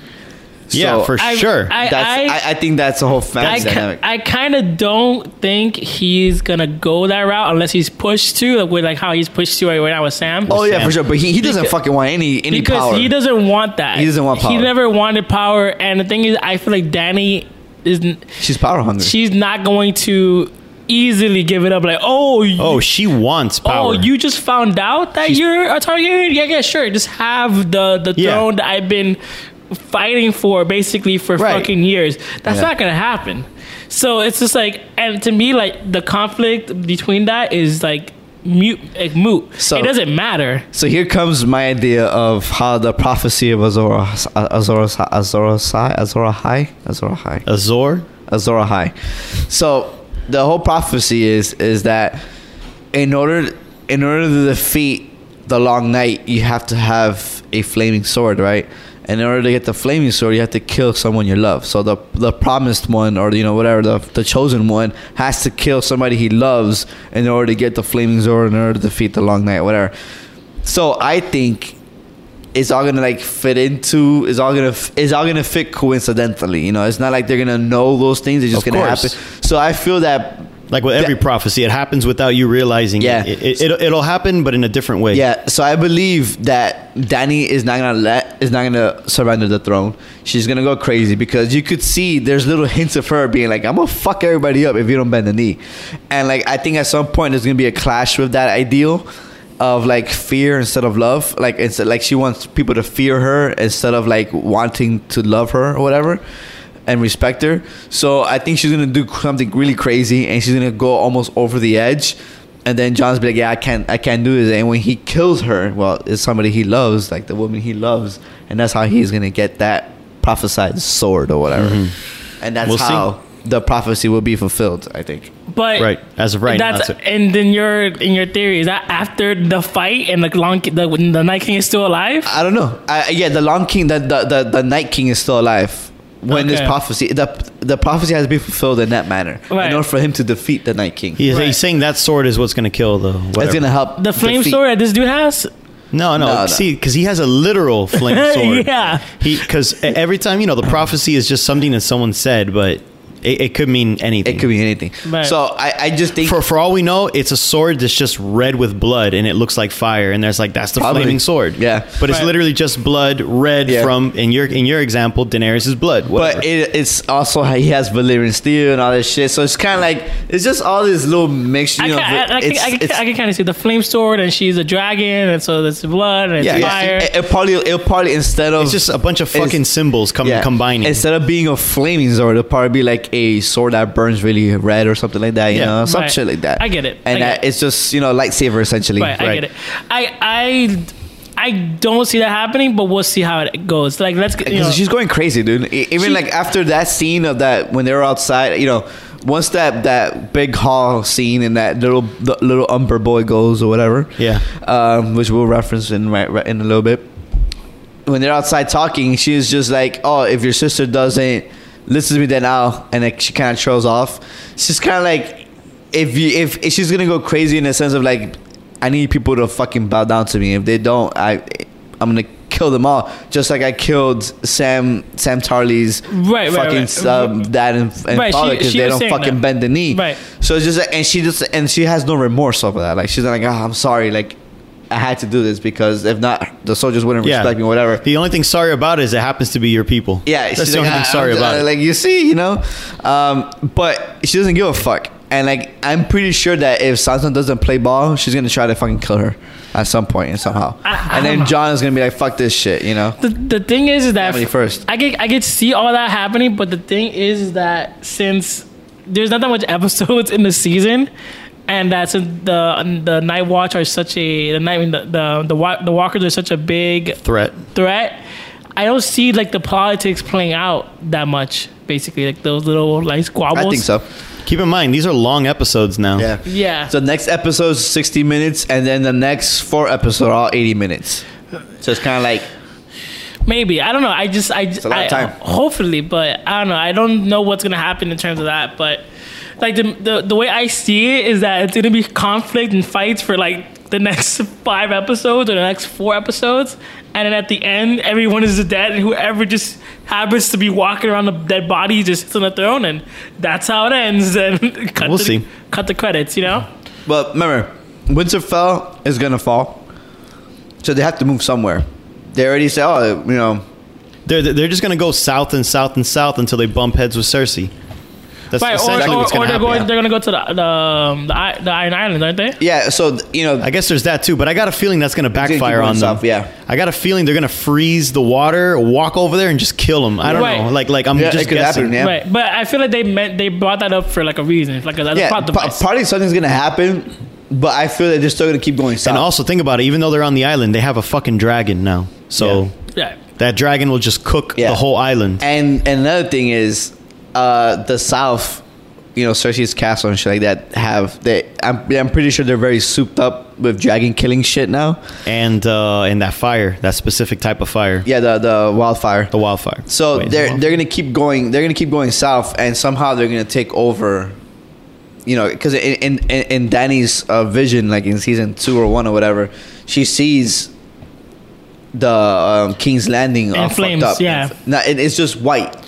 Speaker 2: Yeah, for
Speaker 3: I-
Speaker 2: sure.
Speaker 3: I-
Speaker 1: That's, I, I think that's a whole
Speaker 3: I,
Speaker 1: family
Speaker 3: ki-
Speaker 1: dynamic.
Speaker 3: I kind of don't think he's gonna go that route unless he's pushed to, like with like how he's pushed to right now with Sam.
Speaker 1: oh yeah,
Speaker 2: Sam.
Speaker 1: for sure. But he, he doesn't
Speaker 3: Because-
Speaker 1: fucking want any any
Speaker 3: because
Speaker 1: power.
Speaker 3: he doesn't want that.
Speaker 1: He doesn't want
Speaker 3: He
Speaker 1: power.
Speaker 3: never wanted power, and the thing is, I feel like Danny isn't.
Speaker 1: She's power hungry.
Speaker 3: She's not going to easily give it up. Like, oh, you,
Speaker 2: Oh, she wants power.
Speaker 3: oh, you just found out that you're a Targaryen. Yeah, yeah, sure. Just have the the
Speaker 2: Yeah.
Speaker 3: throne that I've been fighting for basically for
Speaker 1: Right.
Speaker 3: fucking years. That's
Speaker 1: Yeah.
Speaker 3: not gonna happen. So it's just like, and to me, like the conflict between that is like mute, like moot.
Speaker 1: So-
Speaker 3: it doesn't matter.
Speaker 1: so here comes my idea of how the prophecy of Azor Azor Azor Azor High Azor High
Speaker 2: Azor?
Speaker 1: Azor High. So the whole prophecy is is that in order in order to defeat the Long Night, you have to have a flaming sword, right? And in order to get the flaming sword, you have to kill someone you love. So the the promised one, or you know whatever the the chosen one, has to kill somebody he loves in order to get the flaming sword, in order to defeat the Long Night, whatever. So I think it's all gonna like fit into it's all gonna f- it's all gonna fit coincidentally you know it's not like they're gonna know those things it's just
Speaker 2: Of
Speaker 1: gonna
Speaker 2: course.
Speaker 1: happen so i feel that
Speaker 2: Like with every prophecy, it happens without you realizing it.
Speaker 1: Yeah.
Speaker 2: it. It, it, it'll happen, but in a different way.
Speaker 1: yeah so i believe that danny is not gonna let is not gonna surrender the throne she's gonna go crazy because you could see there's little hints of her being like i'm gonna fuck everybody up if you don't bend the knee and like i think at some point there's gonna be a clash with that ideal of like fear instead of love like it's like she wants people to fear her instead of like wanting to love her or whatever and respect her. So I think she's gonna do something really crazy, and she's gonna go almost over the edge. And then John's be like, "Yeah, I can't, I can't do this." And when he kills her, well, it's somebody he loves, like the woman he loves, and that's how he's gonna get that prophesied sword or whatever.
Speaker 3: Mm-hmm.
Speaker 1: And that's
Speaker 2: We'll see.
Speaker 1: how the prophecy will be fulfilled. I think.
Speaker 3: But
Speaker 2: Right. As of right now,
Speaker 3: that's,
Speaker 2: that's it.
Speaker 3: and then your in your theory is that after the fight and the long the, when the Night King is still alive.
Speaker 1: I don't know. I, yeah, the Long King, the the, the the Night King is still alive. When this
Speaker 3: Okay.
Speaker 1: prophecy, the the prophecy has to be fulfilled in that manner,
Speaker 3: Right.
Speaker 1: in order for him to defeat the Night King.
Speaker 2: He- He's,
Speaker 3: Right.
Speaker 2: saying that sword is what's going to kill the. Whatever.
Speaker 1: That's gonna help.
Speaker 3: the flame
Speaker 1: defeat-
Speaker 3: sword that this dude has.
Speaker 2: No, no.
Speaker 1: No, no.
Speaker 2: See, because he has a literal
Speaker 3: [laughs]
Speaker 2: flame sword.
Speaker 3: Yeah.
Speaker 2: He because every time you know the prophecy is just something that someone said, but it, it could mean anything.
Speaker 1: It could be anything.
Speaker 3: Right.
Speaker 1: So I, I just think
Speaker 2: For for all we know, it's a sword that's just red with blood, and it looks like fire. And there's like that's the
Speaker 1: Probably.
Speaker 2: flaming sword.
Speaker 1: Yeah.
Speaker 2: but it's
Speaker 3: Right.
Speaker 2: literally just blood red
Speaker 1: Yeah.
Speaker 2: from in your in your example, Daenerys' blood. Whatever.
Speaker 1: but it, it's also how he has Valyrian steel and all that shit. So it's kind of like it's just all this little mixture.
Speaker 3: I
Speaker 1: You
Speaker 3: can,
Speaker 1: know,
Speaker 3: I, I,
Speaker 1: it's,
Speaker 3: can, I, can,
Speaker 1: it's-
Speaker 3: I can kind of see the flame sword, and she's a dragon, and so there's blood and
Speaker 2: Yeah,
Speaker 3: it's
Speaker 2: yeah. E-,
Speaker 3: fire.
Speaker 1: It, it probably it'll probably instead of
Speaker 2: it's just a bunch of
Speaker 1: it's-
Speaker 2: fucking symbols come
Speaker 1: yeah.
Speaker 2: combining.
Speaker 1: instead of being a flaming sword, it'll probably be like a sword that burns really red or something like that. You
Speaker 2: Yeah.
Speaker 1: know, some
Speaker 3: Right.
Speaker 1: shit like that.
Speaker 3: I get it. I
Speaker 1: And
Speaker 3: get
Speaker 1: that, it's just you know lightsaber essentially.
Speaker 3: right, I get it. I I I don't see that happening, but we'll see how it goes. Like let's get you know,
Speaker 1: Because she's going crazy, dude. E- Even
Speaker 3: She-
Speaker 1: like after that scene of that when they were outside, you know, once that that big hall scene and that little the little umber boy goes or whatever,
Speaker 2: Yeah.
Speaker 1: um, which we'll reference in right, right in a little bit. When they're outside talking, she's just like, "Oh, if your sister doesn't listen to me, then I'll," and like she kind of trails off. She's kind of like, if you if, if she's gonna go crazy in the sense of like, I need people to fucking bow down to me. If they don't, I I'm gonna kill them all, just like I killed Sam Sam Tarley's
Speaker 3: Right, right,
Speaker 1: fucking
Speaker 3: right.
Speaker 1: um, dad and, and
Speaker 3: Right, she-
Speaker 1: father because
Speaker 3: she
Speaker 1: they
Speaker 3: was
Speaker 1: don't
Speaker 3: saying
Speaker 1: fucking
Speaker 3: that.
Speaker 1: bend the knee.
Speaker 3: Right.
Speaker 1: So it's just like, and she just and she has no remorse over that. Like she's not like, oh, I'm sorry, like I had to do this because if not, the soldiers wouldn't
Speaker 2: yeah,
Speaker 1: respect me, whatever.
Speaker 2: The only thing sorry about it is it happens to be your people.
Speaker 1: Yeah,
Speaker 2: that's the only
Speaker 1: "Ah,
Speaker 2: thing sorry
Speaker 1: I'm-
Speaker 2: about
Speaker 1: uh,
Speaker 2: it.
Speaker 1: Like you see, you know, um, but she doesn't give a fuck. And like I'm pretty sure that if Sansa doesn't play ball, she's gonna try to fucking kill her at some point and somehow.
Speaker 3: I- I
Speaker 1: and
Speaker 3: don't
Speaker 1: then
Speaker 3: know.
Speaker 1: John is gonna be like, "Fuck this shit," you know.
Speaker 3: the, the thing is, is that
Speaker 1: Family first.
Speaker 3: I get I get to see all that happening, but the thing is that since there's not that much [laughs] episodes in the season, and that since the the Night Watch are such a the night I mean, the the the, wa- the Walkers are such a big
Speaker 2: Threat.
Speaker 3: threat, I don't see like the politics playing out that much. Basically, like those little like squabbles.
Speaker 1: I think so.
Speaker 2: Keep in mind these are long episodes now.
Speaker 1: Yeah.
Speaker 3: Yeah.
Speaker 1: So next episode's 60 minutes, and then the next four episodes are all 80 minutes. So it's kind of like
Speaker 3: Maybe I don't know. I just I it's
Speaker 1: a lot of time.
Speaker 3: Hopefully, but I don't know. I don't know what's gonna happen in terms of that. But like the the, the way I see it is that it's gonna be conflict and fights for like the next [laughs] five episodes or the next four episodes, and then at the end, everyone is dead, and whoever just happens to be walking around the dead body just sits on the throne, and that's how it ends. [laughs] And cut
Speaker 2: We'll
Speaker 3: the,
Speaker 2: see.
Speaker 3: cut the credits, you know.
Speaker 1: But remember, Winterfell is gonna fall, so they have to move somewhere. They already said, oh, you know,
Speaker 2: They're they're just gonna go south and south and south until they bump heads with Cersei. That's
Speaker 3: Right, or,
Speaker 2: essentially
Speaker 3: or,
Speaker 2: what's gonna
Speaker 3: or they're
Speaker 2: happen.
Speaker 3: going,
Speaker 1: yeah.
Speaker 3: they're gonna go to the the, um, the, I- the Iron Island, aren't they?
Speaker 1: yeah. So th- you know,
Speaker 2: I guess there's that too, but I got a feeling that's gonna
Speaker 1: keep
Speaker 2: backfire
Speaker 1: going
Speaker 2: on them.
Speaker 1: south, yeah.
Speaker 2: I got a feeling they're gonna freeze the water, walk over there, and just kill them. I don't
Speaker 3: Right.
Speaker 2: know. Like like I'm
Speaker 1: Yeah,
Speaker 2: just
Speaker 1: it could
Speaker 2: guessing.
Speaker 1: happen, yeah.
Speaker 3: Right, but I feel like they meant they brought that up for like a reason, like as a
Speaker 1: yeah,
Speaker 3: plot
Speaker 1: pa-
Speaker 3: device.
Speaker 1: probably something's gonna happen, but I feel that they're still gonna keep going south.
Speaker 2: And also think about it. Even though they're on the island, they have a fucking dragon now. So
Speaker 1: Yeah.
Speaker 3: yeah,
Speaker 2: that dragon will just cook
Speaker 1: Yeah.
Speaker 2: the whole island.
Speaker 1: And another thing is, uh, the South, you know, Cersei's castle and shit like that have they. I'm, I'm pretty sure they're very souped up with dragon killing shit now.
Speaker 2: And uh, and that fire, that specific type of fire,
Speaker 1: Yeah, the the wildfire.
Speaker 2: the wildfire.
Speaker 1: So
Speaker 2: Wait,
Speaker 1: they're
Speaker 2: the
Speaker 1: they're gonna keep going. They're gonna keep going south, and somehow they're gonna take over. You know, because in in, in in Danny's uh, vision, like in season two or one or whatever, she sees the um, King's Landing all
Speaker 3: And
Speaker 1: fucked
Speaker 3: flames,
Speaker 1: up.
Speaker 3: yeah.
Speaker 1: no, it, it's just white. It's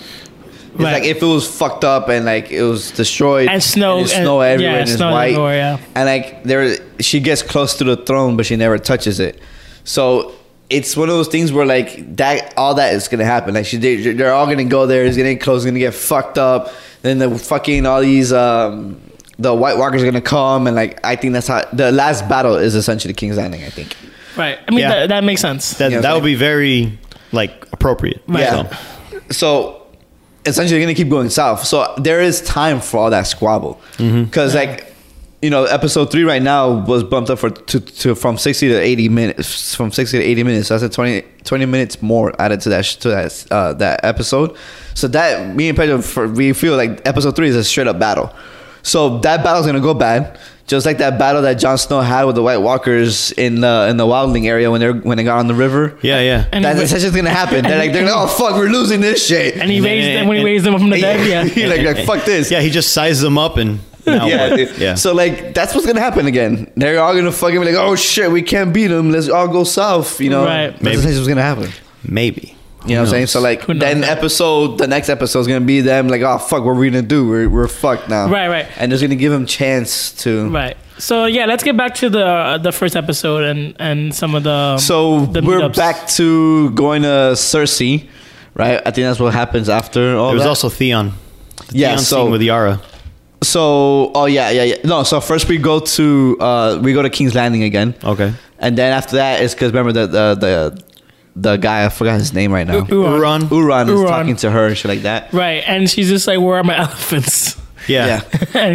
Speaker 3: Right.
Speaker 1: like if it was fucked up and like it was destroyed
Speaker 3: And snow-
Speaker 1: it's
Speaker 3: and-
Speaker 1: snow
Speaker 3: yeah,
Speaker 1: everywhere, and it's
Speaker 3: snow
Speaker 1: white,
Speaker 3: everywhere, yeah.
Speaker 1: and like there she gets close to the throne but she never touches it so it's one of those things where like that all that is gonna happen like she they, they're all gonna go there it's gonna get close it's gonna get fucked up then the fucking all these um the white walkers are gonna come and like i think that's how the last battle is essentially king's landing i think
Speaker 3: right. I mean
Speaker 2: Yeah.
Speaker 3: that, that makes sense.
Speaker 2: that,
Speaker 1: Yeah,
Speaker 2: that
Speaker 1: like-
Speaker 2: would be very like appropriate.
Speaker 3: Right.
Speaker 2: So-
Speaker 1: yeah so essentially they're gonna keep going south so there is time for all that squabble because like you know episode three right now was bumped up for to, to from 60 to 80 minutes from 60 to 80 minutes so that's a 20, 20 minutes more added to that sh- to that uh, that episode so that me and Pedro for, we feel like episode three is a straight up battle so that battle's gonna go bad just like that battle that Jon Snow had with the White Walkers in the in the Wildling area when they were when they got on the river
Speaker 2: Yeah, yeah.
Speaker 3: And-
Speaker 1: that's, that's just gonna happen. They're like, they're like, oh fuck, we're losing this shit.
Speaker 3: And he
Speaker 2: And-
Speaker 3: raised
Speaker 2: and-
Speaker 3: them when he
Speaker 2: and-
Speaker 3: raised them up from
Speaker 1: [laughs]
Speaker 3: the dead. Yeah.
Speaker 1: You're like, like, fuck this.
Speaker 2: yeah, he just sized them up and now
Speaker 1: [laughs] Yeah,
Speaker 2: what?
Speaker 1: dude.
Speaker 2: Oh, yeah.
Speaker 1: So like that's what's gonna happen again. They're all gonna fucking be like, oh shit, we can't beat them. Let's all go south. You know,
Speaker 3: Right.
Speaker 1: That's
Speaker 2: Maybe.
Speaker 1: essentially what's gonna happen.
Speaker 2: maybe.
Speaker 1: You know what I'm saying? So like
Speaker 3: Who knows?
Speaker 1: then episode, the next episode is gonna be them like, oh fuck, what are we gonna do? We're we're fucked now.
Speaker 3: Right, right.
Speaker 1: And it's gonna give them chance to.
Speaker 3: Right. So yeah, let's get back to the the first episode and and some of the
Speaker 1: So
Speaker 3: the
Speaker 1: we're
Speaker 3: meetups.
Speaker 1: back to going to Cersei, right? I think that's what happens after. All
Speaker 2: There was
Speaker 1: that.
Speaker 2: also Theon. The
Speaker 1: Yeah,
Speaker 2: Theon
Speaker 1: so-
Speaker 2: scene with Yara.
Speaker 1: So, oh yeah, yeah, yeah. No, so first we go to uh we go to King's Landing again,
Speaker 2: Okay.
Speaker 1: and then after that is because remember the the the the guy I forgot his name right now.
Speaker 3: U-
Speaker 2: Uran.
Speaker 3: Uran.
Speaker 1: Uran is
Speaker 3: Uran.
Speaker 1: talking to her and shit like that.
Speaker 3: Right, and she's just like, "Where are my [laughs] elephants?"
Speaker 2: Yeah.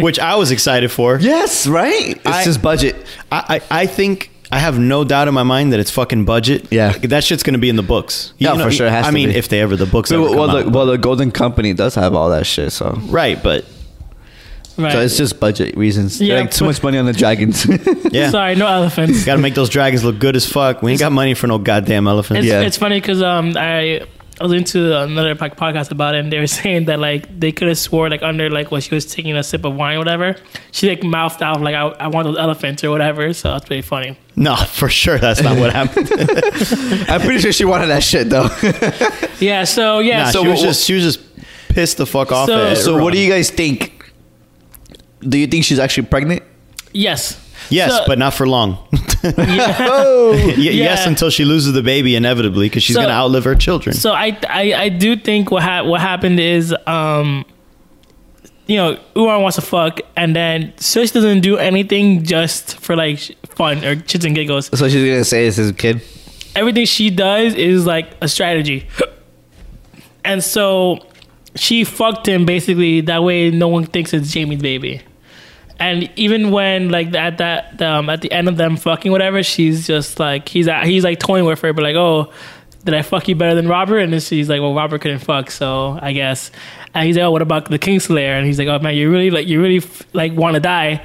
Speaker 3: [laughs]
Speaker 2: Which I was excited for.
Speaker 1: Yes, right. It's
Speaker 2: I-
Speaker 1: his budget.
Speaker 2: I, I, I think I have no doubt in my mind that it's fucking budget.
Speaker 1: Yeah.
Speaker 2: That shit's gonna be in the books.
Speaker 1: Yeah, for sure, it has
Speaker 2: I
Speaker 1: to
Speaker 2: mean,
Speaker 1: be.
Speaker 2: if they ever the books ever
Speaker 1: Well,
Speaker 2: come
Speaker 1: well, the,
Speaker 2: out.
Speaker 1: well, the Golden Company does have all that shit, so
Speaker 2: right, but
Speaker 3: Right.
Speaker 1: so it's just budget reasons. They're
Speaker 3: Yeah,
Speaker 1: like too
Speaker 3: but-
Speaker 1: much money on the [laughs] dragons.
Speaker 2: yeah.
Speaker 3: Sorry, no elephants.
Speaker 2: Gotta make those dragons look good as fuck. We ain't got money for no goddamn elephants.
Speaker 3: It's,
Speaker 1: Yeah.
Speaker 3: it's funny because um I. I was into another po- podcast about it, and they were [laughs] saying that like they could have swore like under like when she was taking a sip of wine or whatever, she like mouthed out like I, I want those elephants or whatever. So that's pretty funny.
Speaker 2: No, for sure that's not what
Speaker 3: [laughs]
Speaker 2: happened.
Speaker 1: I'm pretty sure she wanted that shit [laughs] though.
Speaker 3: Yeah. So yeah.
Speaker 2: Nah,
Speaker 3: so
Speaker 2: she was
Speaker 1: what-
Speaker 2: just she was just pissed the fuck off
Speaker 3: So-
Speaker 2: at
Speaker 1: so,
Speaker 2: Euron.
Speaker 1: what do you guys think? Do you think she's actually pregnant?
Speaker 3: yes.
Speaker 2: Yes,
Speaker 3: So- [laughs]
Speaker 2: but not for long. [laughs]
Speaker 1: Oh,
Speaker 2: Y- Yes,
Speaker 3: Yeah.
Speaker 2: until she loses the baby inevitably because she's
Speaker 3: So-
Speaker 2: gonna outlive her children.
Speaker 3: So I I, I do think what ha- what happened is um you know Uran wants to fuck and then Sush doesn't do anything just for like sh- fun or shits and giggles.
Speaker 1: so she's gonna say it's his kid.
Speaker 3: Everything she does is like a strategy, and so she fucked him basically. That way, no one thinks it's Jamie's baby. And even when like at that um, at the end of them fucking whatever, she's just like he's at, he's like toying with her, but like oh, did I fuck you better than Robert? And then she's like, well, Robert couldn't fuck, so I guess. And he's like, oh, what about the Kingslayer? And he's like, oh man, you really like you really f- like want to die.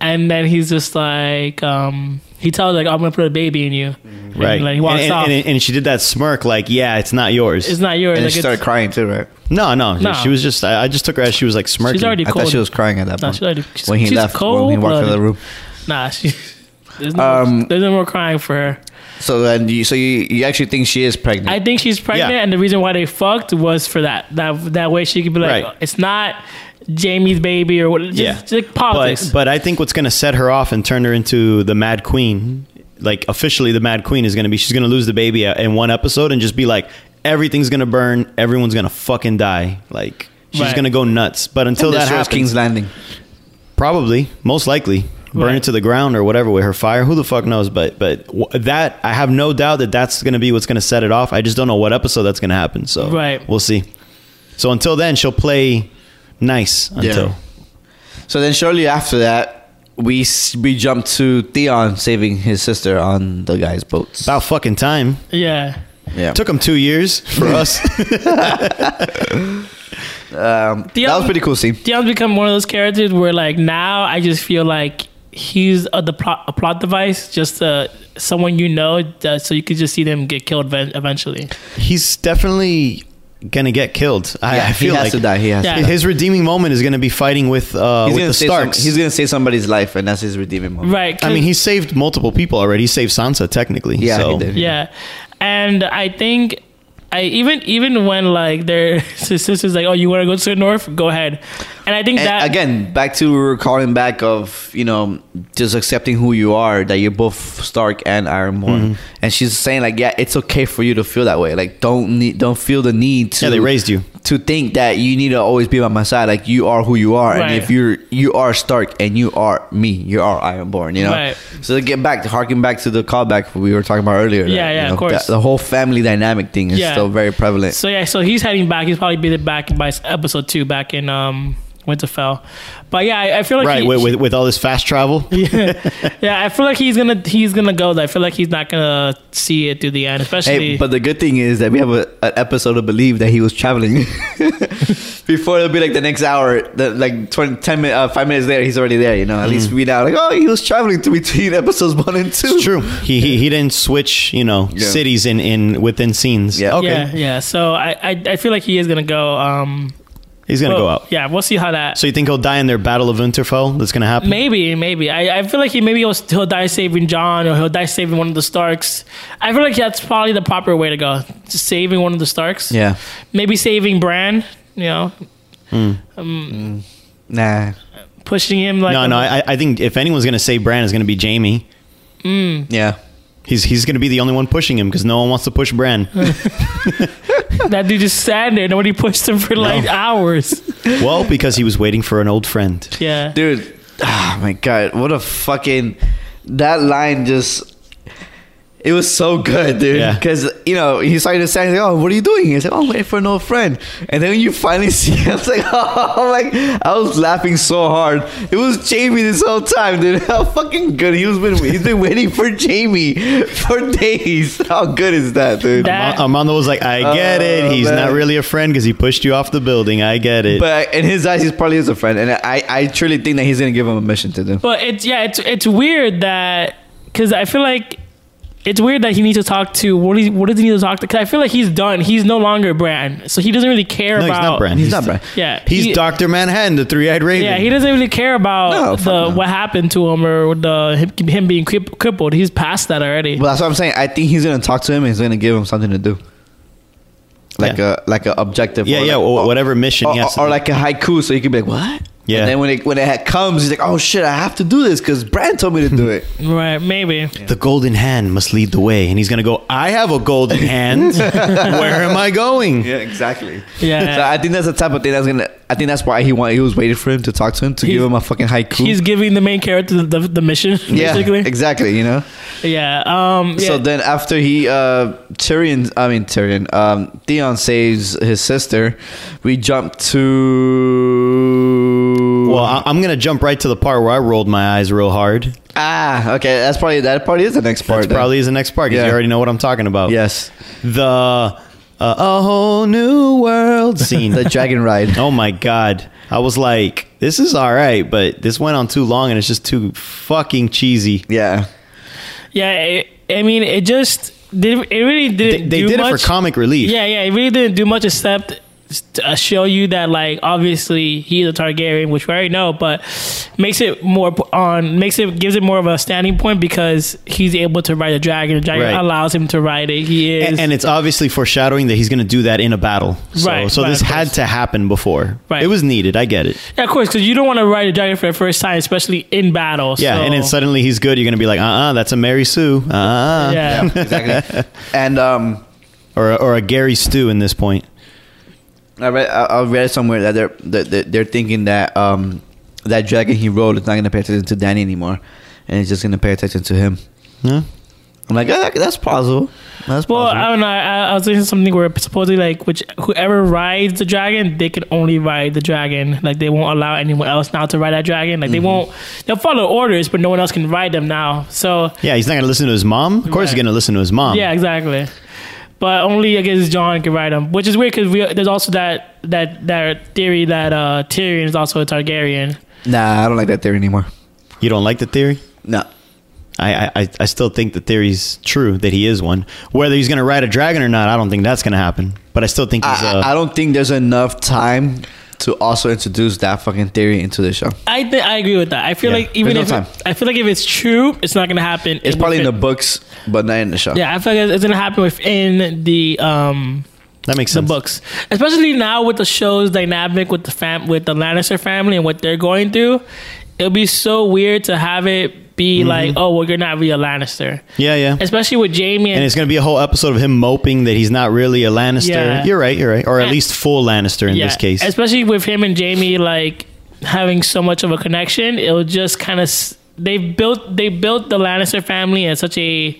Speaker 3: And then he's just like um, he tells her, like I'm gonna put a baby in you,
Speaker 2: right.
Speaker 3: And, like, he walks
Speaker 2: Mm-hmm. and,
Speaker 3: off.
Speaker 2: and, and she did that smirk like, yeah, it's not yours.
Speaker 3: it's not yours.
Speaker 1: And then
Speaker 3: like,
Speaker 1: she
Speaker 3: it's-
Speaker 1: started crying too, right?
Speaker 2: no, no,
Speaker 3: No.
Speaker 2: She was just I, I just took her as she was like smirking.
Speaker 3: She's already
Speaker 1: I
Speaker 3: cold.
Speaker 1: thought she was crying at that
Speaker 3: No,
Speaker 1: point.
Speaker 3: she's already- she's-
Speaker 1: when he
Speaker 3: she's
Speaker 1: left, when he walked out of the
Speaker 3: cold-blooded.
Speaker 1: room.
Speaker 3: nah, she, There's no,
Speaker 1: Um,
Speaker 3: there's no more crying for her.
Speaker 1: So then, you, so you, you actually think she is pregnant?
Speaker 3: I think she's pregnant,
Speaker 2: Yeah.
Speaker 3: and the reason why they fucked was for that. That that way she could be like,
Speaker 2: Right.
Speaker 3: it's not Jamie's baby or what. Just,
Speaker 2: Yeah.
Speaker 3: just like politics.
Speaker 2: But, but I think what's going to set her off and turn her into the Mad Queen, like officially the Mad Queen, is going to be she's going to lose the baby in one episode and just be like, everything's going to burn, everyone's going to fucking die. Like, she's
Speaker 3: Right.
Speaker 2: going to go nuts. But until that
Speaker 1: Destroys
Speaker 2: happens,
Speaker 1: King's Landing.
Speaker 2: probably, most likely, burn
Speaker 3: Right.
Speaker 2: it to the ground or whatever with her fire. Who the fuck knows? But but w- that I have no doubt that that's going to be what's going to set it off. I just don't know what episode that's going to happen. So
Speaker 3: Right.
Speaker 2: we'll see. So until then, she'll play nice until.
Speaker 1: So then, shortly after that, we s- we jump to Theon saving his sister on the guy's boats.
Speaker 2: About fucking time.
Speaker 3: yeah.
Speaker 1: yeah,
Speaker 2: Took them two years for
Speaker 1: [laughs]
Speaker 2: us.
Speaker 1: um, that was
Speaker 3: Theon-
Speaker 1: pretty cool scene.
Speaker 3: Dion's become one of those characters where like now I just feel like he's a, the plot, a plot device, just uh, someone you know, uh, so you could just see them get killed ven- eventually.
Speaker 2: He's definitely gonna get killed. I,
Speaker 1: yeah,
Speaker 2: I feel
Speaker 1: he has
Speaker 2: like
Speaker 1: to die. He has.
Speaker 3: Yeah.
Speaker 1: To die.
Speaker 2: his redeeming moment is gonna be fighting with uh,
Speaker 1: He's
Speaker 2: with
Speaker 1: gonna
Speaker 2: the
Speaker 1: save some,
Speaker 2: Starks.
Speaker 1: he's gonna save somebody's life, and that's his redeeming moment.
Speaker 3: Right.
Speaker 2: I
Speaker 3: 'cause-
Speaker 2: mean, he saved multiple people already. He saved Sansa technically.
Speaker 1: Yeah,
Speaker 2: so.
Speaker 1: he did.
Speaker 3: yeah and i think i even even when like their [laughs] his sister's like oh you want to go to the north go ahead and i think
Speaker 1: And
Speaker 3: that
Speaker 1: again, back to we were calling back of you know just accepting who you are, that you're both Stark and Ironborn,
Speaker 3: Mm-hmm.
Speaker 1: and she's saying like, yeah, it's okay for you to feel that way. Like, don't need, don't feel the need to.
Speaker 2: Yeah, they raised you.
Speaker 1: to think that you need to always be by my side. Like, you are who you are,
Speaker 3: Right.
Speaker 1: and if you're you are Stark and you are me, you are Ironborn. You know.
Speaker 3: Right.
Speaker 1: So to get back, to harken back to the callback we were talking about earlier.
Speaker 3: Yeah,
Speaker 1: that,
Speaker 3: yeah,
Speaker 1: you
Speaker 3: of
Speaker 1: know,
Speaker 3: course.
Speaker 1: that the whole family dynamic thing is
Speaker 3: Yeah.
Speaker 1: still very prevalent.
Speaker 3: so yeah so he's heading back he's probably be back by episode two back in um winterfell but yeah i, I feel like
Speaker 2: Right,
Speaker 3: he-
Speaker 2: with, with with all this fast travel.
Speaker 3: [laughs] yeah, [laughs] yeah i feel like he's gonna he's gonna go there. i feel like he's not gonna see it to the end especially
Speaker 1: Hey, but the good thing is that we have a, an episode to believe that he was traveling. [laughs] Before it'll be like the next hour, the, like 20, 10 minutes, uh, five minutes later, he's already there. You know, at least we now like, oh, he was traveling to [laughs] between episodes one and two.
Speaker 2: Mm. It's true. He, he he didn't switch. You know,
Speaker 1: Yeah.
Speaker 2: cities in in within scenes.
Speaker 1: Yeah.
Speaker 2: Okay,
Speaker 3: yeah yeah so I, I i feel like he is gonna go um
Speaker 2: he's gonna
Speaker 3: well,
Speaker 2: go out.
Speaker 3: yeah we'll see how that
Speaker 2: So you think he'll die in their Battle of Winterfell? That's gonna happen.
Speaker 3: Maybe, maybe. I, I feel like he maybe he'll, he'll die saving John or he'll die saving one of the Starks. I feel like that's probably the proper way to go. Just saving one of the Starks.
Speaker 1: Yeah.
Speaker 3: Maybe saving Bran, you know,
Speaker 1: Nah.
Speaker 3: pushing him like.
Speaker 2: no, no. I I think if anyone's gonna save Bran, it's gonna be Jamie.
Speaker 1: Yeah.
Speaker 2: He's he's gonna be the only one pushing him because no one wants to push
Speaker 3: [laughs]
Speaker 2: Bran.
Speaker 3: [laughs] that dude just sat there. Nobody pushed him
Speaker 2: [laughs]
Speaker 3: for like hours.
Speaker 2: well, because he was waiting for an old friend.
Speaker 3: Yeah.
Speaker 1: Dude, oh my God. What a fucking. That line just. It was so good, dude.
Speaker 2: Yeah.
Speaker 1: Because, you know, he's starting to say, oh, what are you doing? He's like, oh, I'm waiting for an old friend. And then when you finally [laughs] see him, I was like, oh, like, I was laughing so hard. It was Jamie this whole time, dude. [laughs] How fucking good. He was been, he's been waiting for Jamie [laughs] for days. [laughs] How good is that, dude?
Speaker 3: That-
Speaker 2: Am- Armando was like, I get it.
Speaker 1: Oh,
Speaker 2: He's not
Speaker 1: man.
Speaker 2: really a friend because he pushed you off the building. I get it.
Speaker 1: but in his eyes, he's probably is a friend. And I, I truly think that he's going to give him a mission to do.
Speaker 3: But it's yeah, it's it's weird that because I feel like it's weird that he needs to talk to what is what does he need to talk to? Because I feel like he's done. He's no longer Bran, so he doesn't really care
Speaker 2: no, he's
Speaker 3: about.
Speaker 2: not Bran.
Speaker 1: He's not Bran.
Speaker 3: Yeah,
Speaker 2: He's
Speaker 3: he-
Speaker 2: Dr. Manhattan, the three eyed raven.
Speaker 3: Yeah, he doesn't really care about
Speaker 1: No, fuck
Speaker 3: the
Speaker 1: no.
Speaker 3: what happened to him or the him, him being crip- crippled. He's past that already.
Speaker 1: Well, that's what I'm saying. I think he's gonna talk to him and he's gonna give him something to do, like
Speaker 2: Yeah.
Speaker 1: a like a objective.
Speaker 2: Yeah,
Speaker 1: or
Speaker 2: yeah,
Speaker 1: like-
Speaker 2: or whatever mission
Speaker 1: or,
Speaker 2: he has to
Speaker 1: or
Speaker 2: do.
Speaker 1: like a haiku, so he can be like, "What?"
Speaker 2: Yeah.
Speaker 1: And then when it when it ha- comes, he's like, "Oh shit, I have to do this because Brand told
Speaker 2: [laughs]
Speaker 1: me to do it."
Speaker 3: right? Maybe.
Speaker 2: The golden hand must lead the way. And he's going to go, I have a [laughs] golden hand. Where am I going?
Speaker 1: yeah, exactly.
Speaker 3: Yeah.
Speaker 1: So I think that's the type of thing that's gonna. I think that's why he wanted. He was waiting for him to talk to him to give
Speaker 3: He's-
Speaker 1: him a fucking haiku.
Speaker 3: He's giving the main character the, the, the mission,
Speaker 1: yeah,
Speaker 3: basically.
Speaker 1: exactly. You know.
Speaker 3: Yeah. Um, yeah.
Speaker 1: So then after he uh Tyrion I mean Tyrion um Theon saves his sister, we jump to
Speaker 2: Well, I- I'm going to jump right to the part where I rolled my eyes real hard.
Speaker 1: Ah, okay. That's probably that probably is the next part.
Speaker 2: That's
Speaker 1: then.
Speaker 2: probably is the next part because
Speaker 1: Yeah.
Speaker 2: you already know what I'm talking about.
Speaker 1: yes,
Speaker 2: The uh, a whole new world scene.
Speaker 1: the dragon ride.
Speaker 2: [laughs] Oh my god. I was like, this is all right, but this went on too long and it's just too fucking cheesy.
Speaker 1: Yeah,
Speaker 3: yeah. It, I mean, it just did. It really
Speaker 2: They,
Speaker 3: didn't.
Speaker 2: they
Speaker 3: do
Speaker 2: did
Speaker 3: much.
Speaker 2: it for comic relief.
Speaker 3: Yeah, yeah. It really didn't do much except uh, show you that like obviously he's a Targaryen, which we already know, but makes it more p- on makes it gives it more of a standing point because he's able to ride a dragon. The dragon
Speaker 2: Right.
Speaker 3: allows him to ride it. He is
Speaker 2: and, and it's obviously foreshadowing that he's going to do that in a battle. So,
Speaker 3: Right,
Speaker 2: so
Speaker 3: right,
Speaker 2: this
Speaker 3: of
Speaker 2: had
Speaker 3: course.
Speaker 2: to happen before.
Speaker 3: Right.
Speaker 2: It was needed. I get it.
Speaker 3: yeah, of course because you don't want to ride a dragon for the first time, especially in battle.
Speaker 2: Yeah.
Speaker 3: so,
Speaker 2: And then suddenly he's good. You're going to be like, uh uh that's a Mary Sue. Uh uh [laughs]
Speaker 3: yeah.
Speaker 1: exactly. and um,
Speaker 2: Or, a- or a Gary Stew in this point.
Speaker 1: I read I, I read somewhere that they're that, that they're thinking that um that dragon he rode is not gonna pay attention to Danny anymore, and it's just gonna pay attention to him.
Speaker 2: Huh?
Speaker 1: I'm like, yeah, that- that's plausible. That's plausible.
Speaker 3: Well, I don't know. I, I was reading something where supposedly, like, which whoever rides the dragon, they can only ride the dragon. Like, they won't allow anyone else now to ride that dragon.
Speaker 2: Mm-hmm.
Speaker 3: Like, they won't. They'll follow orders, but no one else can ride them now. So,
Speaker 2: Yeah. He's not going to listen to his mom. Of course, he's
Speaker 3: Right.
Speaker 2: going to listen to his mom.
Speaker 3: yeah, exactly. But only I guess John can ride them, which is weird because there's also that that that theory that uh, Tyrion is also a Targaryen.
Speaker 1: nah, I don't like that theory anymore.
Speaker 2: You don't like the theory?
Speaker 1: No.
Speaker 2: I, I- I, I still think the theory's true that he is one. Whether he's going to ride a dragon or not, I don't think that's going to happen. But I still think he's.
Speaker 1: I,
Speaker 2: uh,
Speaker 1: I- I don't think there's enough time to also introduce that fucking theory into the show.
Speaker 3: I th- I agree with that. I feel
Speaker 2: Yeah.
Speaker 3: like even
Speaker 1: There's
Speaker 3: if
Speaker 1: no
Speaker 3: it- I feel like if it's true, it's not gonna happen.
Speaker 1: It's probably in the
Speaker 3: within-
Speaker 1: books, but not in the show.
Speaker 3: yeah. I feel like it's gonna happen within the um
Speaker 2: that makes
Speaker 3: the
Speaker 2: sense.
Speaker 3: books, especially now with the show's dynamic with the fam with the Lannister family and what they're going through. It'll be so weird to have it
Speaker 1: Mm-hmm.
Speaker 3: be like, oh, well, you're not real Lannister,
Speaker 2: Yeah, yeah.
Speaker 3: especially with Jamie and,
Speaker 2: and it's going to be a whole episode of him moping that he's not really a Lannister.
Speaker 3: Yeah.
Speaker 2: You're right, you're right. Or at
Speaker 3: And-
Speaker 2: least full Lannister in
Speaker 3: yeah,
Speaker 2: this case.
Speaker 3: especially with him and Jamie like having so much of a connection. It'll just kind of they built they built the Lannister family as such a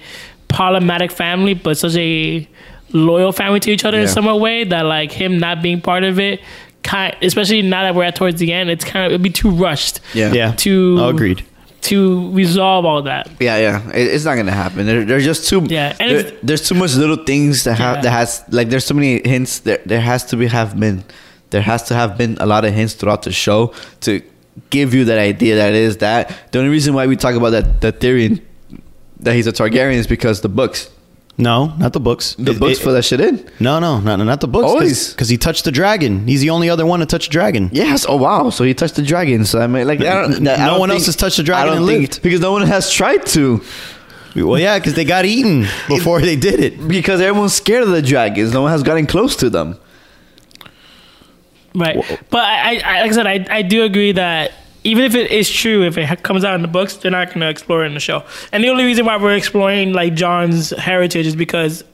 Speaker 3: problematic family, but such a loyal family to each other in
Speaker 1: Yeah.
Speaker 3: some way that like him not being part of it. Kind, especially now that we're at towards the end, it's kind of it'd be too rushed.
Speaker 1: Yeah.
Speaker 2: yeah.
Speaker 3: to-
Speaker 2: Oh, agreed.
Speaker 3: to resolve all that.
Speaker 1: Yeah, yeah, it, it's not gonna happen. There, there's just too.
Speaker 3: Yeah, and
Speaker 1: there-
Speaker 3: it's-
Speaker 1: there's too much little things that have
Speaker 3: Yeah.
Speaker 1: that has like there's so many hints. There, there has to be have been, there has to have been a lot of hints throughout the show to give you that idea that it is that. The only reason why we talk about that that theory and that he's a Targaryen is because the books,
Speaker 2: No, not the books.
Speaker 1: the
Speaker 2: It-
Speaker 1: books
Speaker 2: it-
Speaker 1: for that shit in.
Speaker 2: No, no, not, not the books.
Speaker 1: Always.
Speaker 2: Because he touched the dragon. He's the only other one to touch a dragon.
Speaker 1: Yes. Oh wow. So he touched the dragon. So I mean, like, I don't,
Speaker 2: No
Speaker 1: I don't
Speaker 2: one else has touched the dragon
Speaker 1: I don't
Speaker 2: and
Speaker 1: think-
Speaker 2: lived.
Speaker 1: because no one has tried to.
Speaker 2: Well, yeah, because they got eaten before they did it.
Speaker 1: Because everyone's scared of the dragons. No one has gotten close to them.
Speaker 3: Right.
Speaker 2: Wha-
Speaker 3: But I, I, like I said, I, I do agree that even if it is true, if it ha- comes out in the books, they're not going to explore it in the show. And the only reason why we're exploring like John's heritage is because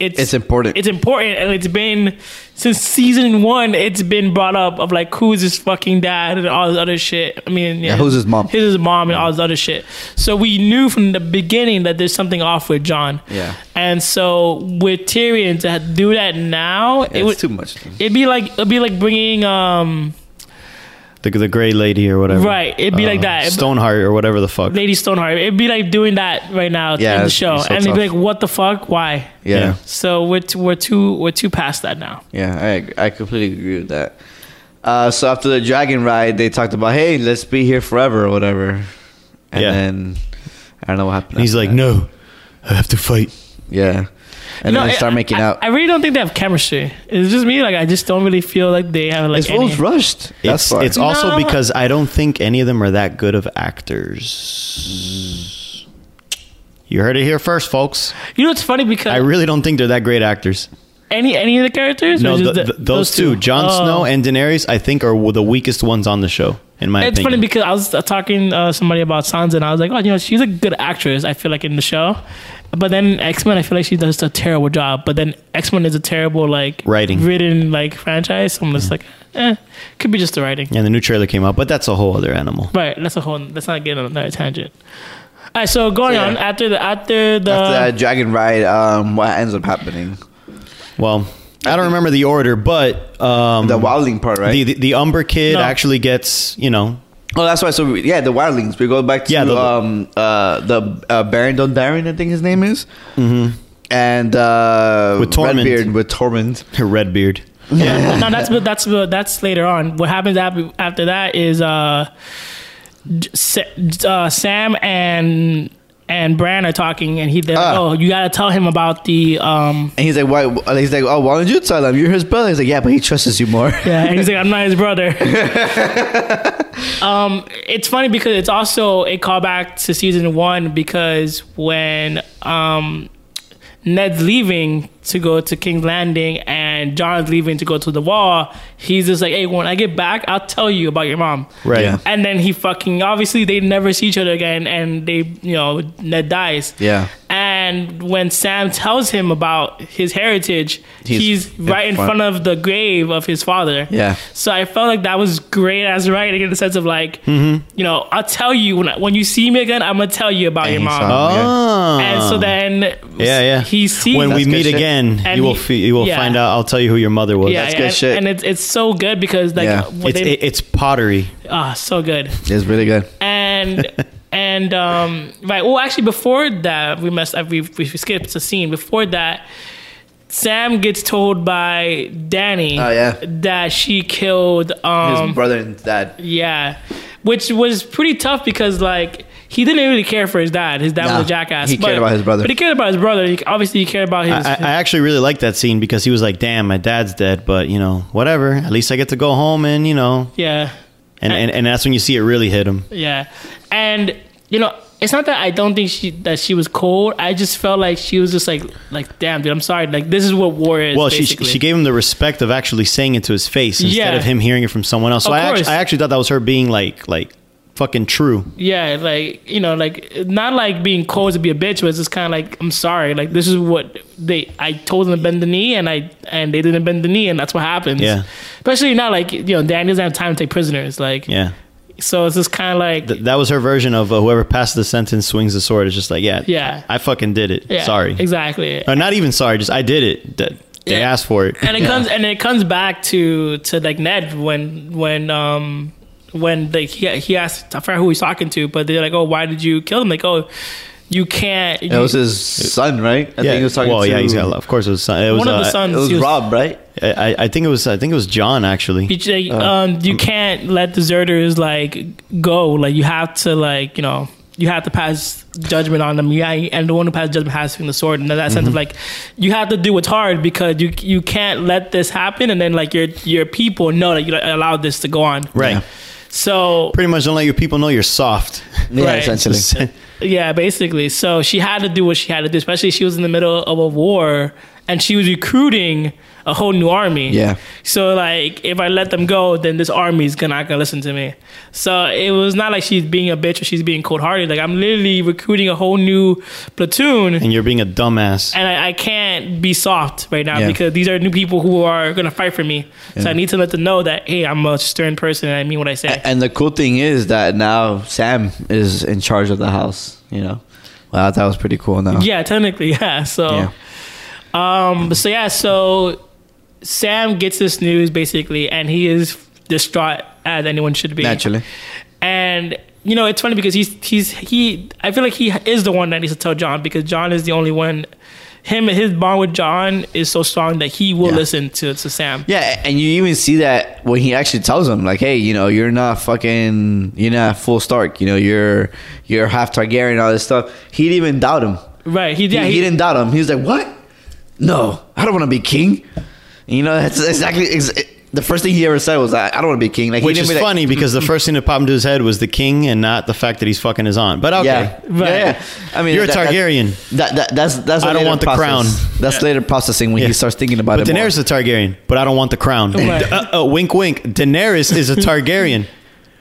Speaker 3: it's
Speaker 1: It's important.
Speaker 3: It's important, and it's been since season one. It's been brought up of like who's his fucking dad and all this other shit. I mean, yeah,
Speaker 1: who's his mom?
Speaker 3: Who's his mom and all this other shit. So we knew from the beginning that there's something off with John.
Speaker 1: Yeah.
Speaker 3: And so with Tyrion to do that now, it
Speaker 1: it's
Speaker 3: would
Speaker 1: too much.
Speaker 3: It'd be like it'd be like bringing um
Speaker 2: The, the gray lady or whatever. Uh,
Speaker 3: Right, it'd be like that.
Speaker 2: Stoneheart or whatever the fuck.
Speaker 3: Lady Stoneheart. It'd be like doing that right now
Speaker 1: Yeah,
Speaker 3: in the
Speaker 1: it's-
Speaker 3: show,
Speaker 1: it's so
Speaker 3: and it'd be
Speaker 1: tough.
Speaker 3: like, what the fuck? Why?
Speaker 2: Yeah.
Speaker 1: yeah.
Speaker 3: So we're t- we're too we're too past that now.
Speaker 1: Yeah, I ag- I completely agree with that. Uh, so after the dragon ride, they talked about, hey, let's be here forever or whatever. And
Speaker 2: Yeah.
Speaker 1: then I don't know what happened.
Speaker 2: And he's like,
Speaker 1: after that.
Speaker 2: no, I have to fight.
Speaker 1: yeah. And then they
Speaker 3: I-
Speaker 1: start making
Speaker 3: I,
Speaker 1: out.
Speaker 3: I really don't think they have chemistry. It's just me. Like I just don't really feel like they have like.
Speaker 1: it's
Speaker 3: any-
Speaker 1: always rushed. That's
Speaker 2: It's,
Speaker 1: why.
Speaker 2: it's also
Speaker 3: No.
Speaker 2: because I don't think any of them are that good of actors. You heard it here first, folks.
Speaker 3: you know, it's funny because
Speaker 2: I really don't think they're that great actors.
Speaker 3: any any of the characters. or
Speaker 2: No,
Speaker 3: just
Speaker 2: th
Speaker 3: the-
Speaker 2: th- those, two, Jon
Speaker 3: Oh.
Speaker 2: Snow and Daenerys, I think are w- the weakest ones on the show, in my
Speaker 3: It's
Speaker 2: opinion.
Speaker 3: funny because I was uh, talking uh, somebody about Sansa, and I was like, "Oh, you know, she's a good actress. I feel like in the show, but then X Men, I feel like she does a terrible job. But then X Men is a terrible like
Speaker 2: Writing.
Speaker 3: written like franchise. So I'm just like, eh, could be just the writing.
Speaker 2: and the new trailer came out, but that's a whole other animal.
Speaker 3: Right? That's a whole. Let's not get on another tangent. All right, so going
Speaker 1: Yeah.
Speaker 3: on after the after the
Speaker 2: uh,
Speaker 1: after that dragon ride, um, what ends up happening?
Speaker 2: Well, I don't remember the order, but um,
Speaker 1: The wildling part, right?
Speaker 2: the, the the Umber kid
Speaker 3: No.
Speaker 2: actually gets you know [laughs]
Speaker 1: oh, that's why. So we, yeah, the wildlings. We go back to
Speaker 2: Yeah, the-
Speaker 1: um uh the uh, Baron Dondarrion, I think his name is. Mm-hmm. And uh,
Speaker 2: With Tormund.
Speaker 1: Redbeard with Tormund.
Speaker 2: red beard.
Speaker 3: Yeah. no, that's but that's but that's later on. What happens ab- after that is uh, J- Sa- uh Sam and and Bran are talking, and he they're like,
Speaker 1: Ah.
Speaker 3: "Oh, you gotta tell him about the um."
Speaker 1: And he's like, why? and He's like, oh, why don't you tell him? You're his brother. He's like, yeah, but he trusts you more. [laughs]
Speaker 3: Yeah, and he's like, "I'm not his brother." um, it's funny because it's also a callback to season one because when um. Ned's leaving to go to King's Landing and John's leaving to go to the wall. He's just like, hey, when I get back, I'll tell you about your mom.
Speaker 2: Right.
Speaker 1: Yeah.
Speaker 3: And then he fucking obviously they never see each other again, and they you know Ned dies.
Speaker 1: Yeah.
Speaker 3: And when Sam tells him about his heritage,
Speaker 1: He's
Speaker 3: he's,
Speaker 1: in
Speaker 3: right in
Speaker 1: front.
Speaker 3: front of the grave of his father.
Speaker 1: Yeah.
Speaker 3: So I felt like that was great as writing in the sense of like,
Speaker 1: Mm-hmm.
Speaker 3: you know, I'll tell you when I, when you see me again, I'm gonna tell you about
Speaker 1: And
Speaker 3: your
Speaker 1: he
Speaker 3: mom.
Speaker 1: saw-
Speaker 2: Oh.
Speaker 3: And so then
Speaker 2: Yeah, yeah.
Speaker 3: he sees
Speaker 2: when we
Speaker 1: That's good
Speaker 2: meet
Speaker 1: shit.
Speaker 2: again,
Speaker 3: And
Speaker 2: you will
Speaker 3: he-
Speaker 2: fe- you will
Speaker 3: yeah.
Speaker 2: find out. I'll tell you who your mother was.
Speaker 3: yeah,
Speaker 1: That's
Speaker 3: yeah,
Speaker 1: good
Speaker 3: and,
Speaker 1: shit.
Speaker 3: and it's it's so good because like
Speaker 1: Yeah.
Speaker 3: when
Speaker 2: it's
Speaker 3: they,
Speaker 2: it, it's pottery.
Speaker 3: ah so good.
Speaker 1: It's really good. [laughs]
Speaker 3: and and um right well actually before that we must uh, we, we skipped a scene before that sam gets told by danny
Speaker 1: Oh, yeah.
Speaker 3: that she killed um
Speaker 1: his brother and dad.
Speaker 3: yeah which was pretty tough because like he didn't really care for his dad his dad
Speaker 1: Nah,
Speaker 3: was a jackass
Speaker 1: he cared about his brother.
Speaker 3: but he cared about his brother he, obviously he cared about his,
Speaker 2: I, I actually really liked that scene because he was like, "Damn, my dad's dead, but you know, whatever. At least I get to go home and you know."
Speaker 3: yeah
Speaker 2: And and, and that's when you see it really hit him.
Speaker 3: Yeah, and you know, it's not that I don't think she that she was cold. I just felt like she was just like like damn, dude, I'm sorry. Like this is what war is.
Speaker 2: Well, she
Speaker 3: basically.
Speaker 2: she gave him the respect of actually saying it to his face instead
Speaker 3: Yeah.
Speaker 2: of him hearing it from someone else. So
Speaker 3: Of
Speaker 2: I
Speaker 3: course.
Speaker 2: actually, I actually thought that was her being like like fucking true.
Speaker 3: yeah, like you know, like not like being cold to be a bitch, but it's just kind of like I'm sorry. Like this is what they I told them to bend the knee, and I and they didn't bend the knee, and that's what happens.
Speaker 2: Yeah.
Speaker 3: especially now, like you know, Danny doesn't have time to take prisoners. Like
Speaker 2: Yeah.
Speaker 3: so, it's just kind of like
Speaker 2: Th- that was her version of uh, whoever passes the sentence swings the sword. It's just like, yeah,
Speaker 3: Yeah.
Speaker 2: I fucking did it.
Speaker 3: yeah,
Speaker 2: sorry,
Speaker 3: exactly.
Speaker 2: or not even sorry, just I did it. Th- They
Speaker 3: Yeah.
Speaker 2: asked for it.
Speaker 3: and it comes and it comes back to to like Ned when when um when like he he asked I forgot who he's talking to, but they're like, oh, why did you kill him? Like, oh, you can't.
Speaker 1: It was his son, right? I think he was talking
Speaker 2: well,
Speaker 1: to.
Speaker 2: yeah, he's got. a lot- Of course, it was. Son. It was
Speaker 3: one of the
Speaker 2: uh,
Speaker 1: It
Speaker 3: sons.
Speaker 1: was
Speaker 3: he was-
Speaker 1: Rob, right?
Speaker 2: I, I think it was. I think it was John actually.
Speaker 3: he- like, um, you can't let deserters like go. Like you have to like you know you have to pass judgment on them. Yeah, and the one who passes judgment has to swing the sword. And in that sense of like you have to do what's hard because you you can't let this happen. And then like your your people know that you allowed this to go on.
Speaker 2: Right.
Speaker 1: Yeah.
Speaker 3: So
Speaker 2: Pretty much don't let your people know you're
Speaker 1: [laughs]
Speaker 2: soft.
Speaker 1: Yeah,
Speaker 3: Right.
Speaker 1: essentially.
Speaker 3: Yeah, basically. So she had to do what she had to do, especially she was in the middle of a war and she was recruiting a whole new army.
Speaker 1: Yeah.
Speaker 3: So like if I let them go, then this army is gonna not gonna listen to me. So it was not like she's being a bitch or she's being cold hearted. Like I'm literally recruiting a whole new platoon
Speaker 2: and you're being a dumbass.
Speaker 3: and I, I can't be soft right now
Speaker 1: Yeah.
Speaker 3: because these are new people who are gonna fight for me. So I need to let them know that hey, I'm a stern person and I mean what I say.
Speaker 1: And the cool thing is that now Sam is in charge of the house. You know, well, that was pretty cool. Now,
Speaker 3: yeah, technically, [laughs] yeah. So
Speaker 1: yeah,
Speaker 3: Um, so yeah, so Sam gets this news basically, and he is distraught as anyone should be.
Speaker 1: naturally.
Speaker 3: And you know, it's funny because he's he's he. I feel like he is the one that needs to tell John because John is the only one. Him his bond with John is so strong that he will
Speaker 1: Yeah.
Speaker 3: listen to to Sam.
Speaker 1: Yeah, and you even see that when he actually tells him, like, "Hey, you know, you're not fucking, you're not full Stark. You know, you're you're half Targaryen, all this stuff." He didn't even doubt him.
Speaker 3: Right? He
Speaker 1: He,
Speaker 3: yeah
Speaker 1: he,
Speaker 3: he,
Speaker 1: didn't doubt him. He was like, "What? No, I don't want to be king." You know, that's exactly ex- the first thing he ever said was, "I, I don't want to be king." Like,
Speaker 2: Which
Speaker 1: he
Speaker 2: is
Speaker 1: didn't be like-
Speaker 2: funny because the first thing that popped into his head was the king and not the fact that he's fucking his aunt. But okay.
Speaker 1: Yeah,
Speaker 3: Right.
Speaker 1: yeah, yeah. I mean,
Speaker 2: You're a
Speaker 1: that- that-
Speaker 2: Targaryen.
Speaker 1: That, that, that's that's. a
Speaker 2: I don't
Speaker 1: later
Speaker 2: want the crown.
Speaker 1: That's later processing when
Speaker 2: Yeah.
Speaker 1: he starts thinking about
Speaker 2: But
Speaker 1: it. more.
Speaker 2: Daenerys is a Targaryen, but I don't want the crown.
Speaker 3: Right.
Speaker 2: [laughs] Uh, uh, wink, wink. Daenerys is a Targaryen.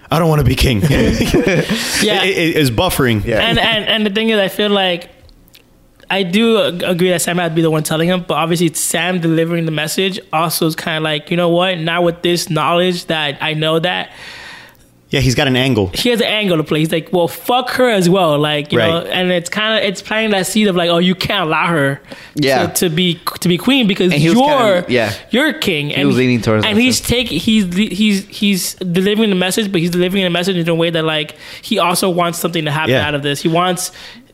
Speaker 2: I don't want to be king. [laughs]
Speaker 1: [laughs]
Speaker 3: yeah.
Speaker 2: It- it- it's buffering.
Speaker 1: Yeah.
Speaker 3: and, and and the thing is, I feel like I do ag- agree that Sam had to be the one telling him, but obviously it's Sam delivering the message also is kind of like you know what? Now with this knowledge that I know that
Speaker 2: Yeah, he's got an angle.
Speaker 3: he has an angle to play. He's like, well, fuck her as well, like you know,
Speaker 2: Right.
Speaker 3: and it's kind of it's playing that seed of like, oh, you can't allow her,
Speaker 1: Yeah.
Speaker 3: to, to be to be queen because
Speaker 1: And he was
Speaker 3: you're
Speaker 1: kinda- yeah.
Speaker 3: you're king. and
Speaker 1: was leaning towards
Speaker 3: and
Speaker 1: that,
Speaker 3: he's taking he's he's he's delivering the message, but he's delivering the message in a way that like he also wants something to happen
Speaker 2: Yeah.
Speaker 3: out of this. He wants.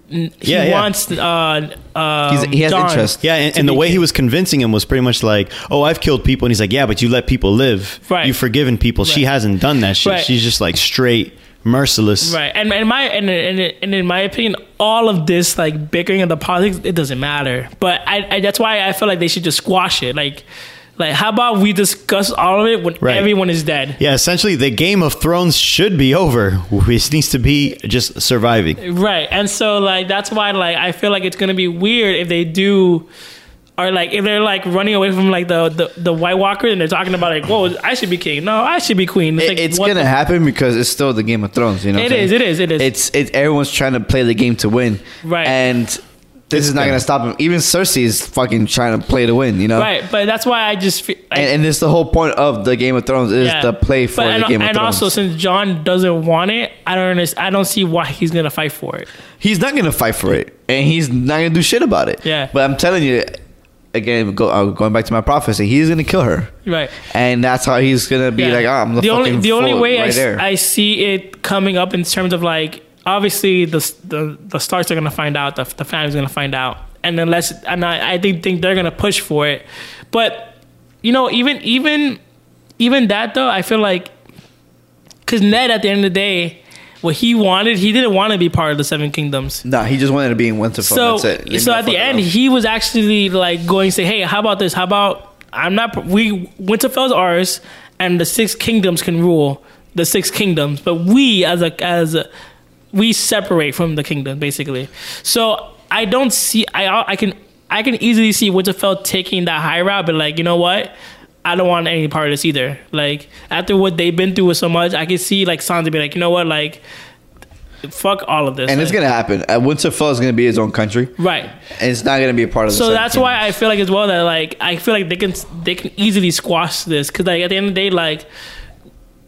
Speaker 3: He
Speaker 2: Yeah, yeah.
Speaker 3: wants. Uh, uh,
Speaker 1: He's- he has
Speaker 3: John.
Speaker 1: interest.
Speaker 2: Yeah, and, and the way he was convincing him was pretty much like, "Oh, I've killed people," and he's like, "Yeah, but you let people live.
Speaker 3: Right.
Speaker 2: You've forgiven people. She
Speaker 3: Right.
Speaker 2: hasn't done that shit.
Speaker 3: Right.
Speaker 2: She's just like straight merciless.
Speaker 3: Right, and in my and, and and in my opinion, all of this like bickering and the politics, it doesn't matter. But I, I that's why I feel like they should just squash it. Like, like how about we discuss all of it when
Speaker 2: Right.
Speaker 3: everyone is dead?
Speaker 2: Yeah, essentially, the Game of Thrones should be over. It needs to be just surviving.
Speaker 3: Right, and so like that's why like I feel like it's gonna be weird if they do. Or like if they're like running away from like the, the, the White Walker and they're talking about like whoa I should be king no I should be queen
Speaker 1: It-
Speaker 3: like,
Speaker 1: it's
Speaker 3: what
Speaker 1: gonna
Speaker 3: the-
Speaker 1: happen because it's still the Game of Thrones. You know, what
Speaker 3: It
Speaker 1: I'm
Speaker 3: is,
Speaker 1: saying?
Speaker 3: it is, it is.
Speaker 1: It's it. Everyone's trying to play the game to win,
Speaker 3: Right.
Speaker 1: And this is not
Speaker 2: gonna-
Speaker 1: gonna stop him. Even Cersei is fucking trying to play to win. You know,
Speaker 3: right but that's why I just feel, like,
Speaker 1: And, and it's the whole point of the Game of Thrones is
Speaker 3: Yeah.
Speaker 1: the play for
Speaker 3: But-
Speaker 1: the
Speaker 3: and,
Speaker 1: Game of
Speaker 3: and
Speaker 1: Thrones.
Speaker 3: also, since John doesn't want it, I don't understand. I don't see why he's gonna fight for it.
Speaker 1: he's not gonna fight for it, and he's not gonna do shit about it.
Speaker 3: Yeah.
Speaker 1: But I'm telling you, again, go, uh, going back to my prophecy, he's gonna kill her,
Speaker 3: Right.
Speaker 1: and that's how he's gonna be
Speaker 3: Yeah.
Speaker 1: like, oh, I'm the, fucking
Speaker 3: only the only
Speaker 1: fool
Speaker 3: way I
Speaker 1: right
Speaker 3: s-
Speaker 1: there.
Speaker 3: I, see it coming up in terms of like obviously the s- the, the Starks are gonna find out, the the family's gonna find out, and unless and I I think think they're gonna push for it, but you know even even even that though I feel like because Ned at the end of the day. What he wanted, he didn't want to be part of the Seven Kingdoms.
Speaker 1: no, he just wanted to be in Winterfell.
Speaker 3: so,
Speaker 1: that's it. Leave
Speaker 3: so
Speaker 1: me
Speaker 3: at
Speaker 1: fuck
Speaker 3: the end,
Speaker 1: alone.
Speaker 3: he was actually like going to say, "Hey, how about this? How about I'm not we Winterfell's ours, and the six kingdoms can rule the six kingdoms, but we as a as a, we separate from the kingdom basically." So I don't see I I can I can easily see Winterfell taking that high route, but like you know what. I don't want any part of this either. Like after what they've been through with so much, I can see like Sansa be like, you know what, like, fuck all of this.
Speaker 1: and it's
Speaker 3: Like,
Speaker 1: gonna happen. Uh, Winterfell is gonna be his own country.
Speaker 3: right.
Speaker 1: and it's not going to be a part of the
Speaker 3: So
Speaker 1: Seven
Speaker 3: that's
Speaker 1: Kingdoms.
Speaker 3: why I feel like as well that like I feel like they can they can easily squash this because like at the end of the day like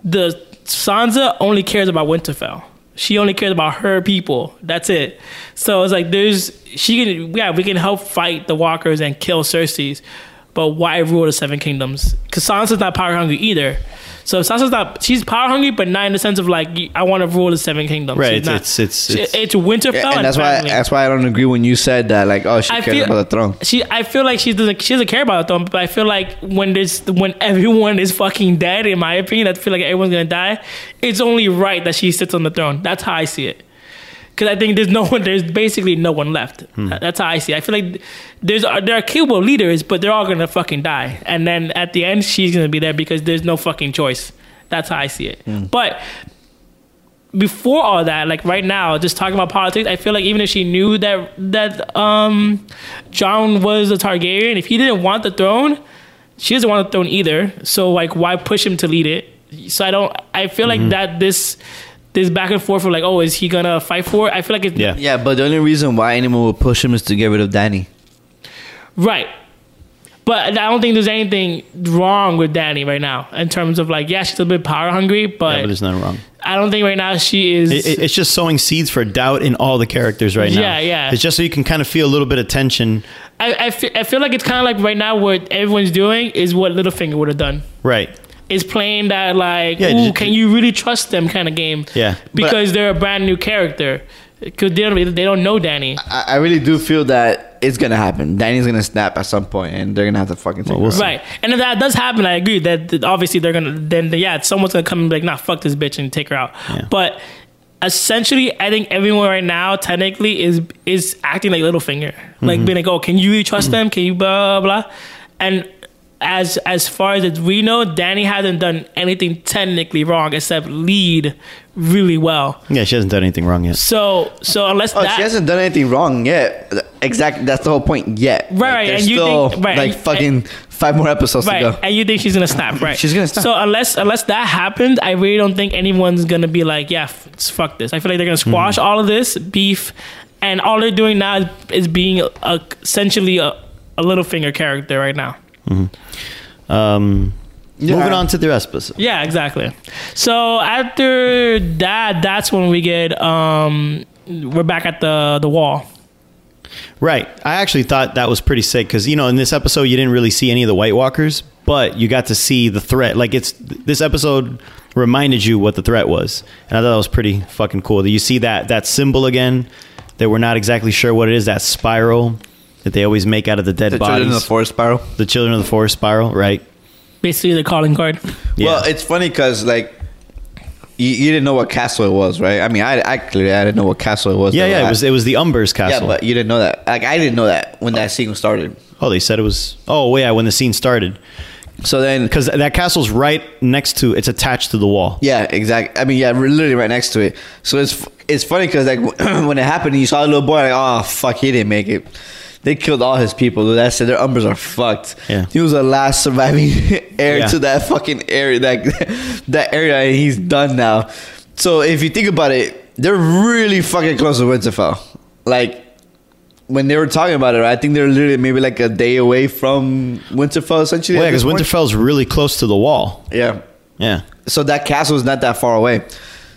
Speaker 3: the Sansa only cares about Winterfell. She only cares about her people. That's it. So it's like there's she can yeah we can help fight the Walkers and kill Cersei's, but why rule the Seven Kingdoms? Because Sansa's not power hungry either. So Sansa's not she's power hungry, but not in the sense of like I want to rule the Seven Kingdoms.
Speaker 2: Right,
Speaker 3: She's
Speaker 2: it's-
Speaker 3: not-
Speaker 2: it's- it's-
Speaker 3: she-
Speaker 2: it's-
Speaker 3: it's Winterfell
Speaker 1: Yeah, and that's why
Speaker 3: family.
Speaker 1: that's why I don't agree when you said that like oh she
Speaker 3: I
Speaker 1: cares
Speaker 3: feel-
Speaker 1: about the throne.
Speaker 3: She, I feel like she doesn't, she doesn't care about them. But I feel like when there's, when everyone is fucking dead, in my opinion, I feel like everyone's gonna die. It's only right that she sits on the throne. That's how I see it. Because I think there's no one, there's basically no one left.
Speaker 1: Hmm.
Speaker 3: That- That's how I see. it. I feel like there's there are capable leaders, but they're all gonna fucking die. And then at the end, she's gonna be there because there's no fucking choice. That's how I see it.
Speaker 1: Hmm.
Speaker 3: But before all that, like right now, just talking about politics, I feel like even if she knew that that um John was a Targaryen, if he didn't want the throne, she doesn't want the throne either. So like why push him to lead it? So I don't I feel
Speaker 2: Mm-hmm.
Speaker 3: like that this this back and forth of like, oh, is he gonna fight for it? I feel like it's
Speaker 2: Yeah.
Speaker 1: Yeah, but the only reason why anyone would push him is to get rid of Danny.
Speaker 3: Right. But I don't think there's anything wrong with Danny right now in terms of like, yeah, she's a bit power hungry,
Speaker 2: Yeah, but
Speaker 3: but
Speaker 2: there's nothing wrong.
Speaker 3: I don't think right now she is
Speaker 2: It, it- it's just sowing seeds for doubt in all the characters right now.
Speaker 3: Yeah, yeah.
Speaker 2: It's just so you can kind of feel a little bit of tension.
Speaker 3: I, I, feel, I feel like it's kind of like right now what everyone's doing is what Littlefinger would have done.
Speaker 2: Right.
Speaker 3: It's playing that like,
Speaker 2: Yeah,
Speaker 3: ooh,
Speaker 2: just-
Speaker 3: can you really trust them kind of game?
Speaker 2: Yeah.
Speaker 3: because they're a brand new character. Because they don't, they don't know Danny.
Speaker 1: I, I really do feel that it's gonna happen. Danny's gonna snap at some point, and they're gonna have to fucking take.
Speaker 2: Well, we'll
Speaker 1: her
Speaker 2: see.
Speaker 1: out.
Speaker 3: Right, and if that does happen, I agree that that obviously they're gonna then yeah someone's gonna come and be like nah fuck this bitch and take her out.
Speaker 2: Yeah.
Speaker 3: But essentially, I think everyone right now technically is is acting like Littlefinger,
Speaker 1: Mm-hmm.
Speaker 3: like being like oh can you really trust them? Can you blah blah blah? And as as far as we know, Danny hasn't done anything technically wrong except lead really well.
Speaker 2: Yeah, she hasn't done anything wrong yet.
Speaker 3: So so unless
Speaker 1: Oh,
Speaker 3: that
Speaker 1: she hasn't done anything wrong yet. Exactly, that's the whole point. Yet,
Speaker 3: Right,
Speaker 1: Like, there's
Speaker 3: and you
Speaker 1: still
Speaker 3: think- right,
Speaker 1: like
Speaker 3: and-
Speaker 1: fucking five more episodes
Speaker 3: Right,
Speaker 1: to go.
Speaker 3: and you think [laughs] she's gonna snap, right?
Speaker 1: She's gonna snap.
Speaker 3: So unless unless that happens, I really don't think anyone's gonna be like, yeah, f- fuck this. I feel like they're gonna squash all of this beef, and all they're doing now is, is being a, essentially a, a little finger character right now.
Speaker 2: Um,
Speaker 1: Yeah.
Speaker 2: Moving on to the rest of us.
Speaker 3: Yeah, exactly. So after that, that's when we get um, we're back at the the wall.
Speaker 2: Right. I actually thought that was pretty sick because, you know, in this episode, you didn't really see any of the White Walkers, but you got to see the threat. Like, it's this episode reminded you what the threat was. And I thought that was pretty fucking cool that you see that, that symbol again, that we're not exactly sure what it is, that spiral that they always make out of the dead
Speaker 1: The
Speaker 2: bodies.
Speaker 1: children of the forest spiral.
Speaker 2: the children of the forest spiral, right?
Speaker 3: Basically, the calling card.
Speaker 2: Yeah.
Speaker 1: Well, it's funny because like you, you didn't know what castle it was, right? I mean, I, I clearly I didn't know what castle it was.
Speaker 2: Yeah,
Speaker 1: though.
Speaker 2: yeah,
Speaker 1: I-
Speaker 2: it was it was the Umbers
Speaker 1: yeah,
Speaker 2: Castle.
Speaker 1: but you didn't know that. Like I didn't know that when that scene started.
Speaker 2: oh, they said it was. Oh, yeah, when the scene started,
Speaker 1: So then,
Speaker 2: because that castle's right next to. It's attached to the wall.
Speaker 1: yeah, exactly. I mean, yeah, we're literally right next to it. So it's it's funny because like [clears throat] when it happened, you saw a little boy like, oh fuck, he didn't make it. They killed all his people. dude. That's it. Their umbers are fucked.
Speaker 2: Yeah.
Speaker 1: He was the last surviving [laughs] heir
Speaker 2: Yeah.
Speaker 1: to that fucking area, that [laughs] that area, and he's done now. So if you think about it, they're really fucking close to Winterfell. Like when they were talking about it, I think they're literally maybe like a day away from Winterfell, essentially.
Speaker 2: Well,
Speaker 1: at
Speaker 2: yeah, because
Speaker 1: this point.
Speaker 2: Winterfell's really close to the wall.
Speaker 1: Yeah.
Speaker 2: Yeah.
Speaker 1: So that castle is not that far away.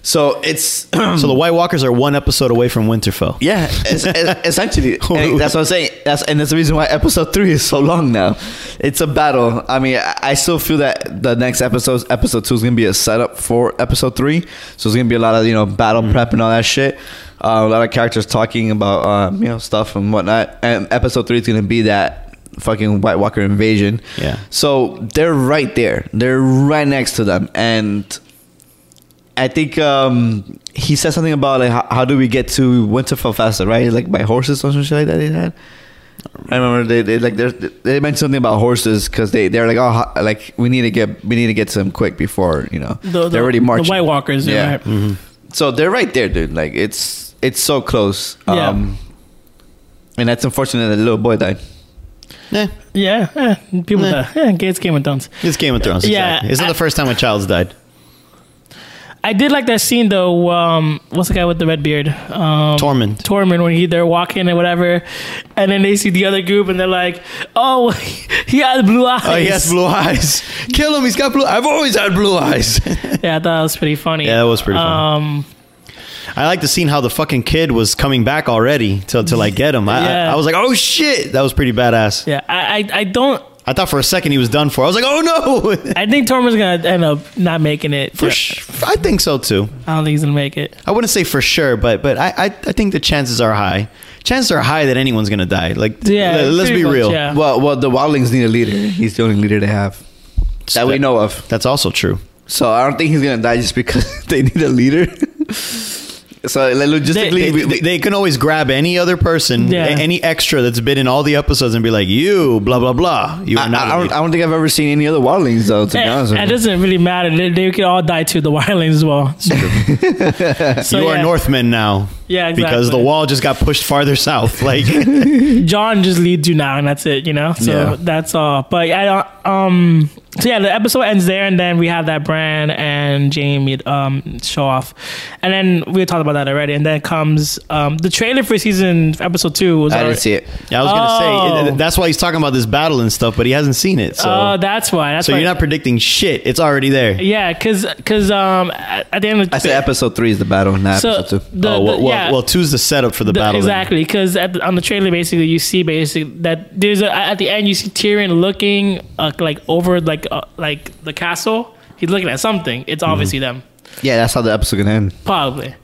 Speaker 1: So it's [clears throat]
Speaker 2: So the White Walkers are one episode away from Winterfell.
Speaker 1: yeah, es- es- essentially and that's what I'm saying. That's and that's the reason why episode three is so long now. It's a battle. I mean, I, I still feel that the next episode, episode two, is gonna be a setup for episode three. So it's gonna be a lot of you know battle prep and all that shit. Uh, a lot of characters talking about um, you know stuff and whatnot. And episode three is gonna be that fucking White Walker invasion.
Speaker 2: Yeah.
Speaker 1: So they're right there. They're right next to them, and I think um, he said something about like how, how do we get to Winterfell faster, right? Like by horses or something like that. They had. I remember they, they like there's- they mentioned something about horses because they they're like oh ho- like we need to get we need to get to them quick before you know
Speaker 3: The, the,
Speaker 1: they're already marching.
Speaker 3: The White Walkers, yeah.
Speaker 1: Yeah.
Speaker 3: Right.
Speaker 1: So they're right there, dude. Like it's it's so close.
Speaker 3: Yeah.
Speaker 1: Um, and that's unfortunate that the little boy died.
Speaker 2: Yeah.
Speaker 3: Yeah, eh, people.
Speaker 2: Nah.
Speaker 3: die. Yeah, it's Game of Thrones.
Speaker 2: It's Game of Thrones.
Speaker 3: Yeah,
Speaker 2: Exactly. It's not
Speaker 3: I-
Speaker 2: the first time a child's
Speaker 3: [laughs]
Speaker 2: died.
Speaker 3: I did like that scene though. Um, what's the guy with the red beard? Um,
Speaker 2: Tormund.
Speaker 3: Tormund, when he they're walking and whatever, and then they see the other group and they're like, "Oh, [laughs] he has blue eyes."
Speaker 2: Oh, he has blue [laughs] eyes. Kill him. He's got blue. I've always had blue eyes.
Speaker 3: Yeah, I thought that was pretty funny.
Speaker 2: Yeah, that was pretty funny.
Speaker 3: Um,
Speaker 2: [laughs] I like the scene how the fucking kid was coming back already to to like get him. I, I-
Speaker 3: Yeah.
Speaker 2: I was like, oh shit, that was pretty badass.
Speaker 3: yeah, I, I, I don't.
Speaker 2: I thought for a second he was done for. I was like, oh no. [laughs]
Speaker 3: I think Tormund's gonna end up not making it.
Speaker 2: For sh- I think so too.
Speaker 3: I don't think he's gonna make it.
Speaker 2: I wouldn't say for sure, but but I, I I think the chances are high. Chances are high that anyone's gonna die. Like
Speaker 3: Yeah,
Speaker 2: let, us
Speaker 3: pretty
Speaker 2: be
Speaker 3: much,
Speaker 2: real.
Speaker 3: yeah.
Speaker 1: Well, well, the wildlings need a leader. He's the only leader they have that we know of.
Speaker 2: That's also true.
Speaker 1: So I don't think he's gonna die just because [laughs] they need a leader. so like, logistically,
Speaker 2: They,
Speaker 1: we,
Speaker 2: they- they can always grab any other person,
Speaker 3: Yeah.
Speaker 2: a- any extra that's been in all the episodes, and be like, "You blah blah blah." You
Speaker 1: I,
Speaker 2: are not.
Speaker 1: I, I, don't, I don't think I've ever seen any other wildlings though. To be
Speaker 3: Eh,
Speaker 1: honest, with
Speaker 3: It
Speaker 1: you.
Speaker 3: doesn't really matter. They, they could all die to the [laughs] wildlings as well. [laughs] so,
Speaker 2: you are
Speaker 3: yeah.
Speaker 2: Northmen now.
Speaker 3: Yeah,
Speaker 2: Because the
Speaker 3: exactly.
Speaker 2: wall just got pushed farther south. [laughs] Like,
Speaker 3: John just leads you now, and that's it. You know, so
Speaker 1: Yeah.
Speaker 3: that's all. But I don't. Um, so yeah, the episode ends there, and then we have that Bran and Jamie um show off, and then we talked about that already. And then comes um the trailer for season episode two was.
Speaker 1: I didn't
Speaker 3: already-
Speaker 1: see it.
Speaker 2: Yeah, I was gonna say
Speaker 3: Oh.
Speaker 2: th- that's why he's talking about this battle and stuff, but he hasn't seen it. So,
Speaker 3: Oh, that's why. That's
Speaker 2: so
Speaker 3: why.
Speaker 2: you're not predicting shit. It's already there.
Speaker 3: Yeah, cause, cause um at at the end of
Speaker 1: I said episode three is the battle, not
Speaker 3: Eh, So
Speaker 1: episode two.
Speaker 3: the-
Speaker 2: oh, well,
Speaker 3: the-
Speaker 2: well,
Speaker 3: yeah.
Speaker 2: well, two's the setup for the,
Speaker 3: The-
Speaker 2: battle. then.
Speaker 3: Exactly, because on the trailer, basically, you see basically that there's a, at the end you see Tyrion looking uh, like over like uh, like the castle. He's looking at something. It's obviously
Speaker 1: Mm-hmm.
Speaker 3: them,
Speaker 1: yeah, that's how the episode gonna end.
Speaker 3: probably,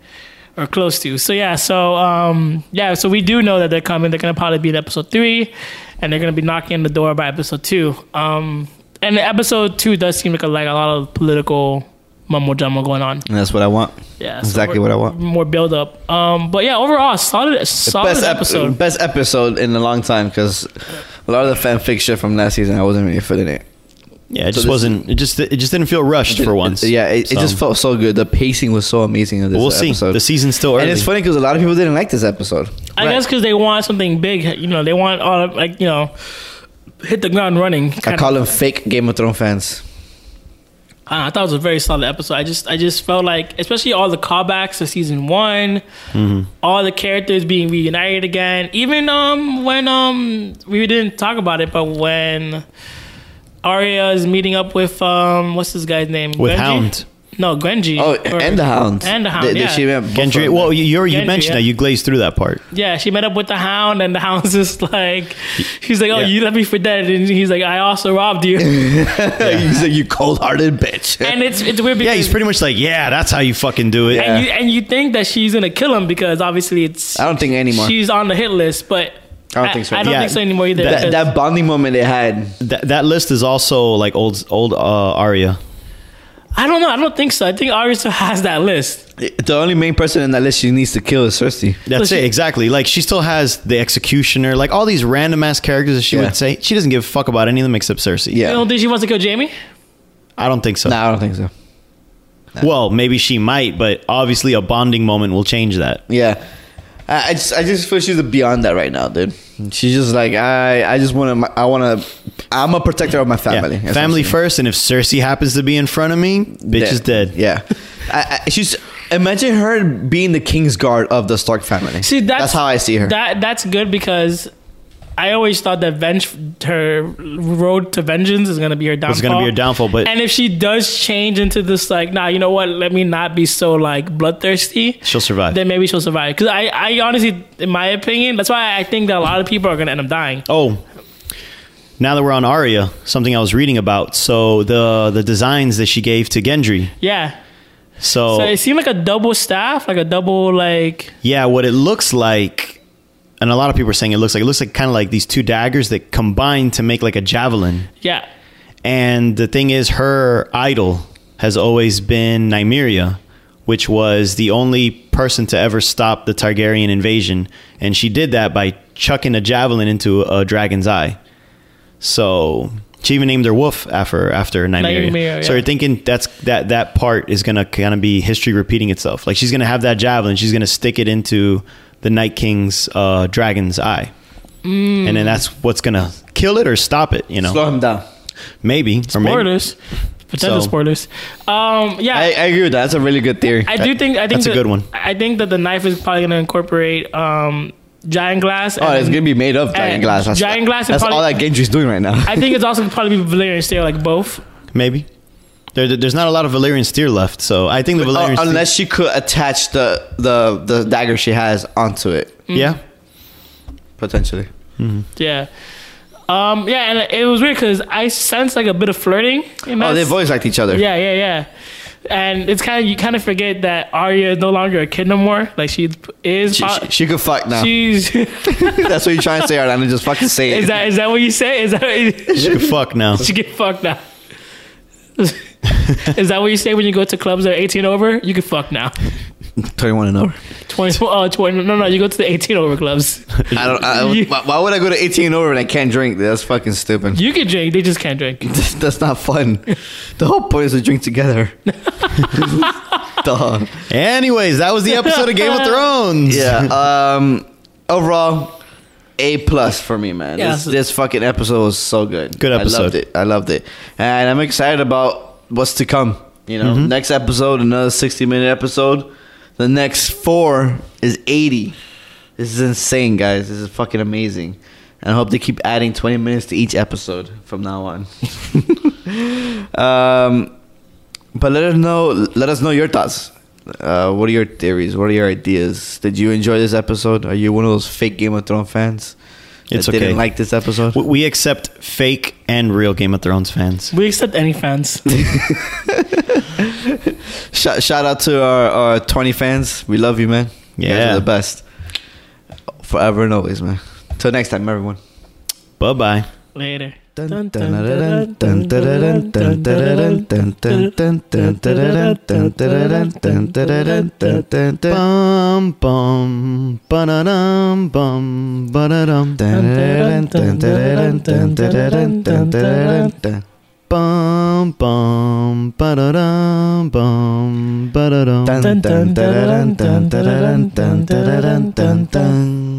Speaker 3: or close to. So yeah, so um yeah, so we do know that they're coming. They're gonna probably be in episode three, and they're gonna be knocking on the door by episode two. Um, and episode two does seem like a, like a lot of political mumbo jumbo going on.
Speaker 1: And that's what I want.
Speaker 3: Yeah, so
Speaker 1: exactly what
Speaker 3: we're-
Speaker 1: I want.
Speaker 3: More build up. Um, but yeah, overall, solid, solid
Speaker 1: best ep-
Speaker 3: episode.
Speaker 1: best episode in a long time because a lot of the fan fiction from last season, I wasn't really feeling it.
Speaker 2: Yeah, it just
Speaker 1: this-
Speaker 2: wasn't. It just it just didn't feel rushed for once.
Speaker 1: yeah, it, it
Speaker 2: So,
Speaker 1: just felt so good. The pacing was so amazing of this
Speaker 2: We'll see.
Speaker 1: episode.
Speaker 2: The season's still early.
Speaker 1: and it's funny because a lot of people didn't like this episode.
Speaker 3: I guess because they want something big. You know, they want all of, like you know, hit the ground running.
Speaker 1: I
Speaker 3: Kind of.
Speaker 1: call them fake Game of Thrones fans.
Speaker 3: I, I thought it was a very solid episode. I just I just felt like, especially all the callbacks to season one,
Speaker 2: Mm-hmm.
Speaker 3: all the characters being reunited again. Even um when um we didn't talk about it, but when Arya is meeting up with um what's this guy's name
Speaker 2: With Hound.
Speaker 3: No, Genji.
Speaker 1: Oh,
Speaker 3: Or-
Speaker 1: and the Hound.
Speaker 3: And the Hound.
Speaker 1: They- they
Speaker 3: yeah.
Speaker 1: should have both of
Speaker 2: Gendry.
Speaker 1: them.
Speaker 2: Well, you you already
Speaker 3: Gendry,
Speaker 2: mentioned that.
Speaker 3: yeah.
Speaker 2: You glazed through that part.
Speaker 3: Yeah, she met up with the hound, and the hound's [laughs] just like, he's like, "Oh,
Speaker 2: Yeah.
Speaker 3: you left me for dead," and he's like, "I also
Speaker 1: [laughs]
Speaker 3: robbed you." and
Speaker 1: He's like, you cold hearted bitch.
Speaker 3: it's it's weird
Speaker 2: Yeah,
Speaker 3: because
Speaker 2: he's pretty much like, yeah, that's how you fucking do it.
Speaker 1: Yeah.
Speaker 3: and you and you think that she's gonna kill him because obviously it's
Speaker 1: I don't think anymore.
Speaker 3: she's on the hit list, but
Speaker 1: I don't think so.
Speaker 3: I, don't
Speaker 2: Yeah.
Speaker 3: think so anymore either.
Speaker 1: that,
Speaker 3: because-
Speaker 1: that bonding moment they had.
Speaker 2: That that list is also like old old uh, Arya.
Speaker 3: I don't know. I don't think so. I think Arya still has that list.
Speaker 1: The only main person in that list she needs to kill is Cersei.
Speaker 2: That's
Speaker 3: So
Speaker 2: it,
Speaker 3: she-
Speaker 2: exactly. Like she still has the executioner, like all these random ass characters that she
Speaker 1: Yeah.
Speaker 2: would say. She doesn't give a fuck about any of them except Cersei.
Speaker 1: Yeah.
Speaker 3: You don't think she wants to kill Jamie?
Speaker 2: I don't think so.
Speaker 1: No, I don't think so.
Speaker 2: Well, maybe she might, but obviously a bonding moment will change that.
Speaker 1: Yeah. I, I just I just feel she's beyond that right now, dude. She's just like I I just want to I want to I'm a protector of my
Speaker 2: Yeah.
Speaker 1: family.
Speaker 2: Family,
Speaker 1: essentially.
Speaker 2: first, and if Cersei happens to be in front of me, bitch is dead.
Speaker 1: Yeah, I, I, she's imagine her being the king's guard of the Stark family.
Speaker 3: See, that's,
Speaker 1: how I see her.
Speaker 3: That that's good because I always thought that venge, her road to vengeance is gonna be her downfall.
Speaker 2: It's gonna be her downfall, but
Speaker 3: And if she does change into this, like, nah, you know what? Let me not be so like bloodthirsty.
Speaker 2: she'll survive.
Speaker 3: Then maybe she'll survive. Because I, I honestly, in my opinion, that's why I think that a lot of people are gonna end up dying.
Speaker 2: Oh, now that we're on Arya, something I was reading about. So the the designs that she gave to Gendry.
Speaker 3: Yeah.
Speaker 2: So,
Speaker 1: Oh.
Speaker 3: So it seemed like a double staff, like a double like.
Speaker 2: yeah, what it looks like, and a lot of people are saying it looks like it looks like kind of like these two daggers that combine to make like a javelin.
Speaker 3: Yeah.
Speaker 2: And the thing is, her idol has always been Nymeria, which was the only person to ever stop the Targaryen invasion. And she did that by chucking a javelin into a dragon's eye. So she even named her wolf after after Nymeria.
Speaker 3: Nymeria,
Speaker 2: So
Speaker 3: yeah.
Speaker 2: you're thinking that's that that part is gonna kind of be history repeating itself. Like she's gonna have that javelin, she's gonna stick it into the Night King's uh, dragon's eye.
Speaker 3: Mm.
Speaker 2: And then that's what's gonna kill it or stop it, you know.
Speaker 1: Slow him down.
Speaker 2: Maybe. Or maybe-
Speaker 3: Spoilers. Potential
Speaker 2: So-
Speaker 3: spoilers. Um. Yeah.
Speaker 1: I, I agree with that. That's a really good theory.
Speaker 3: I do think I think
Speaker 2: That's a
Speaker 3: that-
Speaker 2: good one.
Speaker 3: I think that the knife is probably going to incorporate um, giant glass.
Speaker 1: oh, it's gonna be made of giant
Speaker 3: and
Speaker 1: glass. That's,
Speaker 3: Uh, giant glass and
Speaker 1: That's all
Speaker 3: probably-
Speaker 1: that Gendry's doing right now. [laughs]
Speaker 3: I think it's also probably be Valyrian steel, like both.
Speaker 2: Maybe. There, there's not a lot of Valyrian steer left, so I think the
Speaker 1: Oh,
Speaker 2: Valyrian steer-
Speaker 1: unless she could attach the, the the dagger she has onto it [laughs]
Speaker 2: yeah.
Speaker 1: potentially.
Speaker 3: Yeah. Um, yeah, and it was weird because I sense like a bit of flirting. In
Speaker 1: Oh,
Speaker 3: Matt's-
Speaker 1: they voice like each other.
Speaker 3: Yeah, yeah, yeah. And it's kind of you kind of forget that Arya is no longer a kid no more. Like she is.
Speaker 1: She,
Speaker 3: pro-
Speaker 1: she, she could fuck now. [laughs]
Speaker 3: she's. [laughs]
Speaker 1: That's what you're trying to say, Arlana. Just fucking say it.
Speaker 3: is that is that what you say? Is that
Speaker 2: She could fuck now.
Speaker 3: she get fucked now? is that what you say when you go to clubs that are 18 over? You can fuck now.
Speaker 1: 21 and over.
Speaker 3: 20, oh, 20, no, no, you go to the 18 over clubs.
Speaker 1: I don't. I,
Speaker 3: [laughs] You-
Speaker 1: why- why would I go to 18 and over and I can't drink? That's fucking stupid.
Speaker 3: You can drink, they just can't drink.
Speaker 1: [laughs] That's not fun. The whole point is to drink
Speaker 3: [laughs]
Speaker 1: together. Duh.
Speaker 2: Anyways, that was the episode of Game
Speaker 1: [laughs]
Speaker 2: of Thrones.
Speaker 1: Yeah. Um. Overall, a plus for me, man.
Speaker 3: Yeah.
Speaker 1: This, this fucking episode was so good.
Speaker 2: Good
Speaker 1: I
Speaker 2: episode.
Speaker 1: loved it. I loved it, and I'm excited about what's to come. You know, next episode, another 60 minute episode. The next four is 80. This is insane, guys. This is fucking amazing. And I hope they keep adding 20 minutes to each episode from now on. [laughs] um, but let us know. Let us know your thoughts. Uh, what are your theories? What are your ideas? Did you enjoy this episode? Are you one of those fake Game of Thrones fans that
Speaker 2: It's okay.
Speaker 1: didn't like this episode?
Speaker 2: We- We accept fake and real Game of Thrones fans.
Speaker 3: We accept any fans.
Speaker 1: Shout, shout out to our, our 20 fans. We love you, man. You guys
Speaker 2: Yeah.
Speaker 1: are the best. Forever and always, man. Till next time, everyone.
Speaker 2: Bye bye.
Speaker 3: Later.
Speaker 1: Dun, dun, dun, dun, dun, dun, dun, dun, dun, dun, dun, dun, dun, dun, dun, dun, dun, dun, dun, dun, dun.
Speaker 2: Bum bum ba-da-dum bum ba-da-dum bum
Speaker 1: Dun-dun-dun-dun-dun-dun-dun-dun-dun-dun-dun-dun.
Speaker 2: bum ba-da-dum bum ba-da-dum.
Speaker 1: Dun-dun-dun-dun-dun-dun-dun-dun-dun-dun-dun.